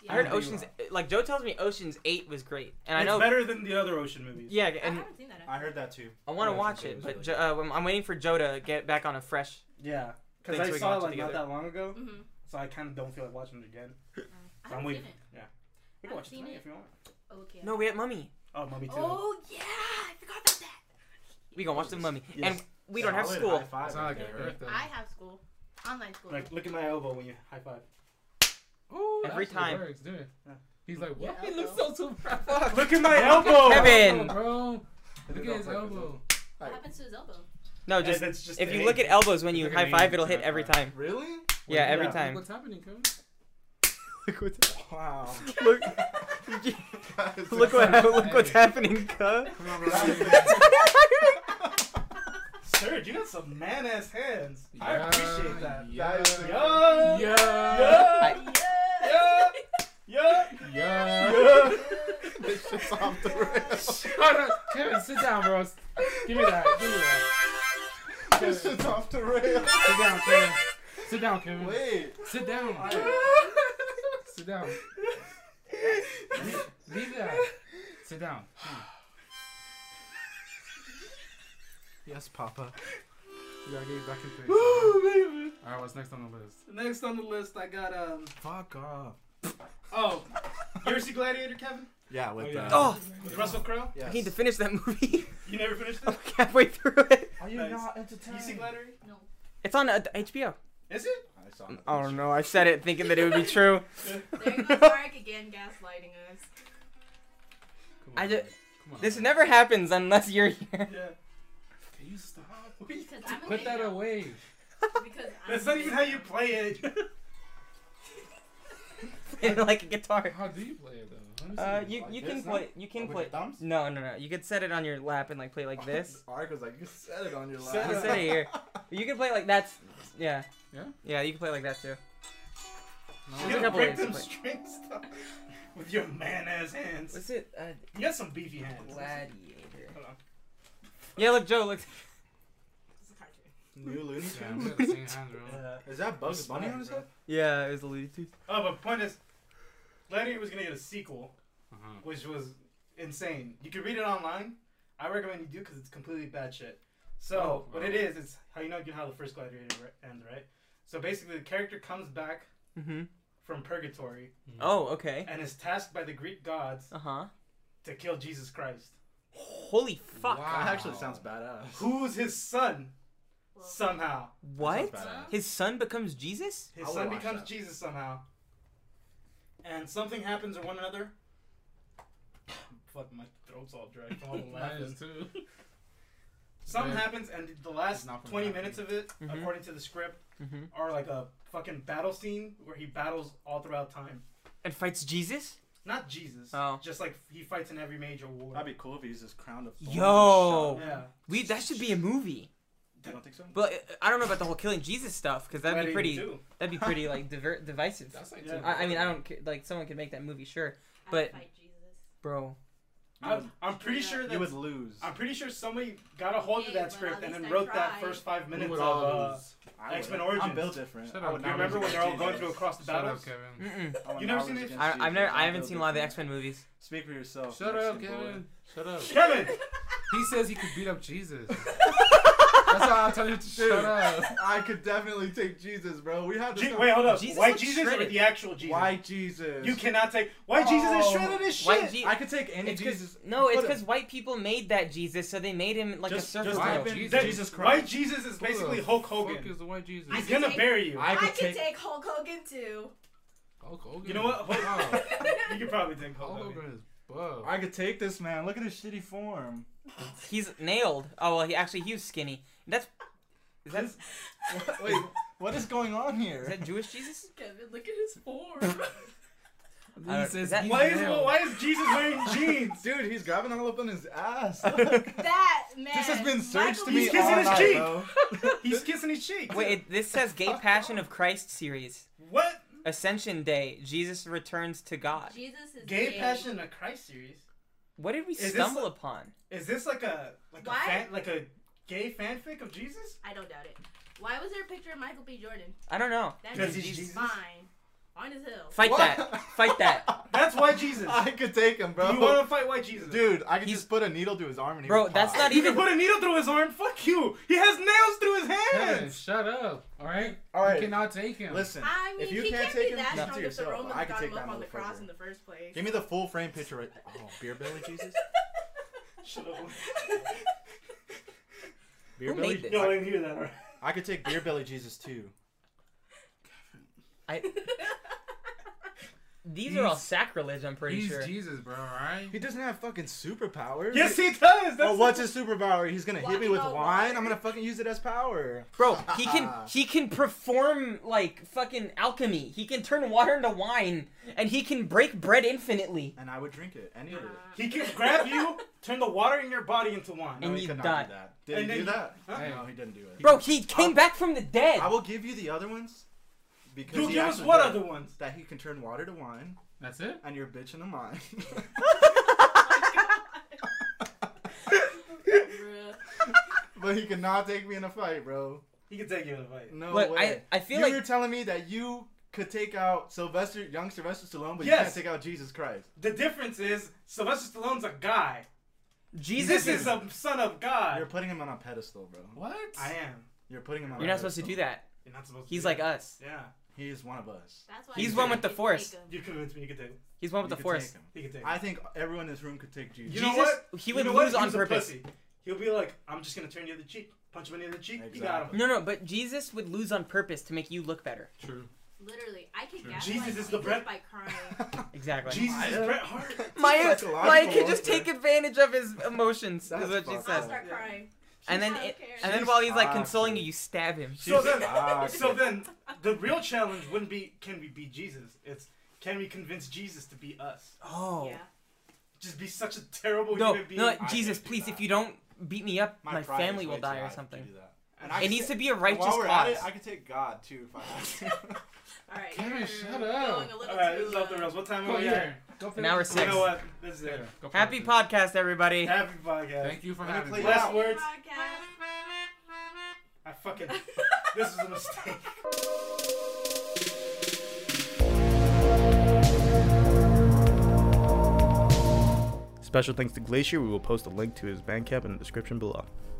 yeah.
I heard
Yeah. O-
Ocean's like Joe tells me Ocean's Eight was great, and I
it's
know.
better than the other ocean movies.
Yeah,
I
and
haven't seen that.
I
Actually.
heard that too.
I want to
Yeah,
watch
it
it,
was
but
really
jo- uh, I'm- I'm waiting for Joe to get back on a fresh.
Yeah. Because
Think so
I
we can
saw
watch
it
it
like not
together.
that long ago,
Mm-hmm.
so I kind of don't feel like watching it again.
I
So
haven't
I'm waiting.
seen it.
Yeah. We can watch it
I've seen
tonight
it.
if you want.
Okay.
No, we had Mummy.
Oh, Mummy too.
Oh yeah, I forgot about that.
We gonna watch the Mummy,
Yes.
and we don't have
Solid
school.
high five.
It's not like
Yeah.
it hurt though.
I have school, online school.
Like look at my elbow when you high five.
Ooh,
Every
actually
time.
works, dude.
Yeah.
He's like,
Yeah,
what? he looks so
elbow.
surprised.
Look at my elbow.
Kevin!
bro.
Did
Look
it
at
on
his
purpose,
elbow.
what happens to his elbow?
No,
Yeah,
just
that's just
if
the
you
name.
look at elbows when you
Look at
high
me,
five, it'll
it's a
hit
high
every
five.
time.
Really?
Yeah,
do you
every
got?
time.
What's happening, Kevin?
Wow.
Look, look what look what's happening, cuz.
Sir, you got some man ass hands. I
Yeah,
appreciate that.
Yeah.
Yo.
Yeah.
Yeah.
I-
Yeah. Yeah.
Yeah.
this shit's off the rails.
Hold on. Kevin, sit down, bro. Give me that. Give me that.
This shit's off the rails.
Sit down, Kevin. Sit down, Kevin.
Wait.
Sit down. Sit down. Leave, leave that. Sit down.
Yes, Papa.
You gotta get back in things. Alright, what's next on the list?
Next on the list, I got um.
Fuck off.
Oh, you ever see Gladiator, Kevin?
Yeah, with
Oh, yeah.
that.
Oh,
With Russell Crowe?
Yes.
I Oh, need to finish that movie.
You never finished
I'm
it?
halfway through it.
Are you
Nice.
not
You see
entertained?
Gladiator?
No.
It's on uh, HBO.
Is it?
I saw it.
Oh no, I said it thinking that it would be true.
There goes Mark again, gaslighting us.
Come
I ju-
man. Come on.
This
man.
never happens unless you're here.
Yeah.
Can you stop?
Because I'm a
Put that
female.
away.
Because I'm
That's
a
not even how you
female.
play it.
And like a guitar.
How do you play it though? Let me
Uh,
see.
you
Like
you
this
can
now?
play you can
With
play.
your thumbs?
No, no, no. You could set it on your lap and like play like this.
Ark was like, you said it on your
Said
lap.
You said it here. You can play like that's yeah.
Yeah?
Yeah, you can play like that too.
You
There's a
gotta
couple
break
ways to
them
play.
string stuff with your man ass hands.
What's it? Uh,
You got some beefy hands.
gladiator.
Hold on.
Yeah, look, Joe. Look.
It's a cartoon.
New Looney
Yeah,
Tunes?
we got the same hand, bro.
Uh,
Is that Bugs
Smart,
Bunny on his
bro.
head?
Yeah, it was a Looney Tunes.
oh, but point is, Gladiator was gonna get a sequel,
Uh-huh.
which was insane. You can read it online. I recommend you do because it's completely bad shit. So
Oh,
what
wow.
it is, it's how you know how the first Gladiator re- ends, right? So basically, the character comes back
Mm-hmm.
from purgatory
Oh, okay.
and is tasked by the Greek gods
Uh huh.
to kill Jesus Christ,
Holy fuck.
Wow.
That actually sounds badass.
who's his son
Well,
somehow.
What?
That sounds badass.
His son becomes Jesus?
His
I would
son
watch
becomes
that.
Jesus somehow, and something happens to one another. Fuck, my throat's all dry
Oh,
from all the
Mine
laughing.
is too.
Something
Yeah.
happens, and the last
It's not from
20
that
minutes
game.
of it,
Mhm.
according to the script,
Mm-hmm.
are like a fucking battle scene where he battles all throughout time.
And fights Jesus?
Not Jesus.
Oh.
Just like he fights in every major war.
That'd be cool if he's just crowned of thorns and
Yo.
shot.
yeah.
We that should be a movie.
You don't think so?
But uh, I don't know about the whole killing Jesus stuff because that'd be
Gladiator
pretty.
2.
That'd be pretty like diver- divisive.
That's like
Yeah.
too
I, I mean, I don't ca- like someone could make that movie, sure,
I'd
but-
fight Jesus.
bro.
I'm, I'm pretty sure
You
that
would lose.
I'm pretty sure somebody got a hold of
Yeah,
that
but
script
at
and
least
then
I
wrote that
tried.
first five
We
minutes
would
of.
all
Uh,
lose.
I would.
X-Men
I'm
Origins.
built different.
Shut
I
up,
would
you
now
not
remember
lose
when they're all
against
going
you.
through across the
Shut
battles?
up, Kevin.
Mm-mm.
I would
You never
not
seen
lose
this?
against
I,
you,
I've never.
dude.
I
I'm
haven't
built
seen a lot of the
different.
X Men movies.
Speak for yourself.
Shut up,
Mexican boy.
Kevin. Shut up.
Kevin,
He says he could beat up Jesus. That's how I tell you to shut up.
I could definitely take Jesus, bro. We had
Je-
this.
wait, hold up.
Jesus
Why
looks
Jesus or
shredded.
the actual Jesus?
Why Jesus?
You cannot take. Why Jesus is
Oh.
shredded as shit.
White Je-
I could take any
it's 'cause-
Jesus.
no, it's
Put
because white people made that Jesus, so they made him like a
Just-
surfer
just
girl.
type in
Jesus.
Jesus
Why
Christ.
Jesus is
Who
basically
the
Hulk
Fuck
Hogan.
is the white Jesus?
I
He's
can
gonna
take-
bury you.
I
I
could
could
take.
take Hulk Hogan too.
Hulk Hogan.
You know what? Hulk-
Wow.
You could probably take Hulk
Hulk
Hogan.
Hogan is buff.
I could take this man. Look at his shitty form.
He's nailed. Oh well, he actually he was skinny. That's is that is
What, wait, what is going on here?
that Jewish Jesus?
Kevin, look at his form.
I
He
don't-
says
that-
he's
Why is
male.
why is Jesus wearing jeans?
Dude, he's grabbing all up on his ass.
that man.
This has been searched to
Michael
me
He's kissing
all
his
night,
cheek.
bro.
He's kissing his cheek.
Wait, it, this says Gay Passion of Christ series.
what?
Ascension Day, Jesus returns to God.
Jesus is
Gay Passion of Christ series.
What did we
Is this
stumble
the-
upon?
Is this like a like
Why?
a fan, like a gay fanfic of Jesus?
I don't doubt it. Why was there a picture of Michael B. Jordan?
I don't know.
That
Because
is
he's
Jesus.
Jesus.
fine. On his hill.
Fight
What?
that. Fight that.
That's why Jesus.
I could take him,
Do
bro.
you want to fight why Jesus?
Dude, I could
He's-
just put a needle to his arm and he
Bro,
would
that's
pop.
not e-
You
even.
can put a needle through his arm. Fuck you. He has nails through his
Kevin,
hands.
shut up. All right.
All
You
right,
cannot take him.
listen.
I mean,
if you
he
can't
can't,
take
be
him,
that
keep it
strong
to
if the
yourself.
Romans
I can
got
take
him
that
up on the
motherfucker.
cross in the first place.
Give me the full frame picture right. Oh, beer belly Jesus.
Shut up.
Beer
Who
belly.
made this?
Yo, I didn't hear that. All right.
I could take beer belly Jesus too.
These are all
He's-
sacrilege. I'm pretty
he's
sure.
Jesus, bro. All right.
He doesn't have fucking superpowers.
Yes, he does. That's
Well, what's his superpower? He's gonna hit me
Walking
with
on
wine.
water.
I'm gonna fucking use it as power.
Bro, he can he can perform like fucking alchemy. He can turn water into wine, and he can break bread infinitely.
And I would drink it. Any of it.
He can grab you, turn the water in your body into wine.
And
he
you
could not
die.
do that. Did
And
he
then
do
you-
that?
Huh?
No, he didn't do it.
Bro, he came back from the dead.
I will give you the other ones. Because
You
he
give us
actually
what
did.
other ones?
That he can turn water to wine,
That's it.
and you're a bitch in the mine.
Bruh.
but he cannot take me in a fight, bro.
He can take you in a fight.
No
Look, I
way.
I feel
you
like
were telling me that you could take out Sylvester, young Sylvester Stallone, but you
Yes.
can't take out Jesus Christ.
The difference is Sylvester Stallone's a guy.
Jesus
This is a son of
You're
God.
putting him on a pedestal, bro.
What?
I am.
You're putting him on.
You're
a
not supposed to do
pedestal.
that.
You're not supposed to.
He's
do
like
that.
us.
Yeah.
He is one of us.
That's why
He's
you
one
can't
with the
take
force.
him.
You convinced me. You could take. him.
He's one with
You
the
could
force.
take him.
He could take. him.
I think everyone in this room could take Jesus.
You know
Jesus,
what?
he
You
would
know what?
lose
He
on
was a
purpose.
pussy. He'll be like, I'm just gonna turn you the other cheek. Punch him in the other cheek. You got him.
No, no, but Jesus would lose on purpose to make you look better.
True.
Literally, I can
Sure.
gaslight
Jesus is the
people
bread-
by crying.
Exactly.
Jesus is
Maya.
Bret Hart.
Maya,
Psychological
Maya can just
warfare.
take advantage of his emotions, is
That's
what she
fucked
says.
I'll
Says-
start crying.
And then,
I don't
it,
care.
and then
She's
while he's like
awkward.
consoling you, you stab him.
So
Jesus.
then,
Ah,
so
okay.
then, the real challenge wouldn't be can we beat Jesus? It's can we convince Jesus to be us?
Oh.
Yeah.
Just be such a
Oh,
terrible
No,
human being.
no,
can't
Jesus,
do
please,
that.
if you don't beat me up, my,
pride is
family
way
will
too
die
high
or
to
something.
do that.
And
I
It
could
needs
say-
to be a
and
righteous
while we're
cause.
At it, I could take God too if I had to.
All right.
Kevin,
you're
shut up.
Going a little
Oh. All right,
too,
this is off the
uh,
rails. What time
Go
are we at?
here. Go play
An hour
with-
six.
You know what? This is it.
Here, go play
Happy
with it.
podcast, everybody.
Happy podcast.
Thank you for
Let me
having
play
me.
it
Last
out.
words.
Podcast.
I fucking. This is a mistake. Special thanks to Glacier. We will post a link to his Bandcamp in the description below.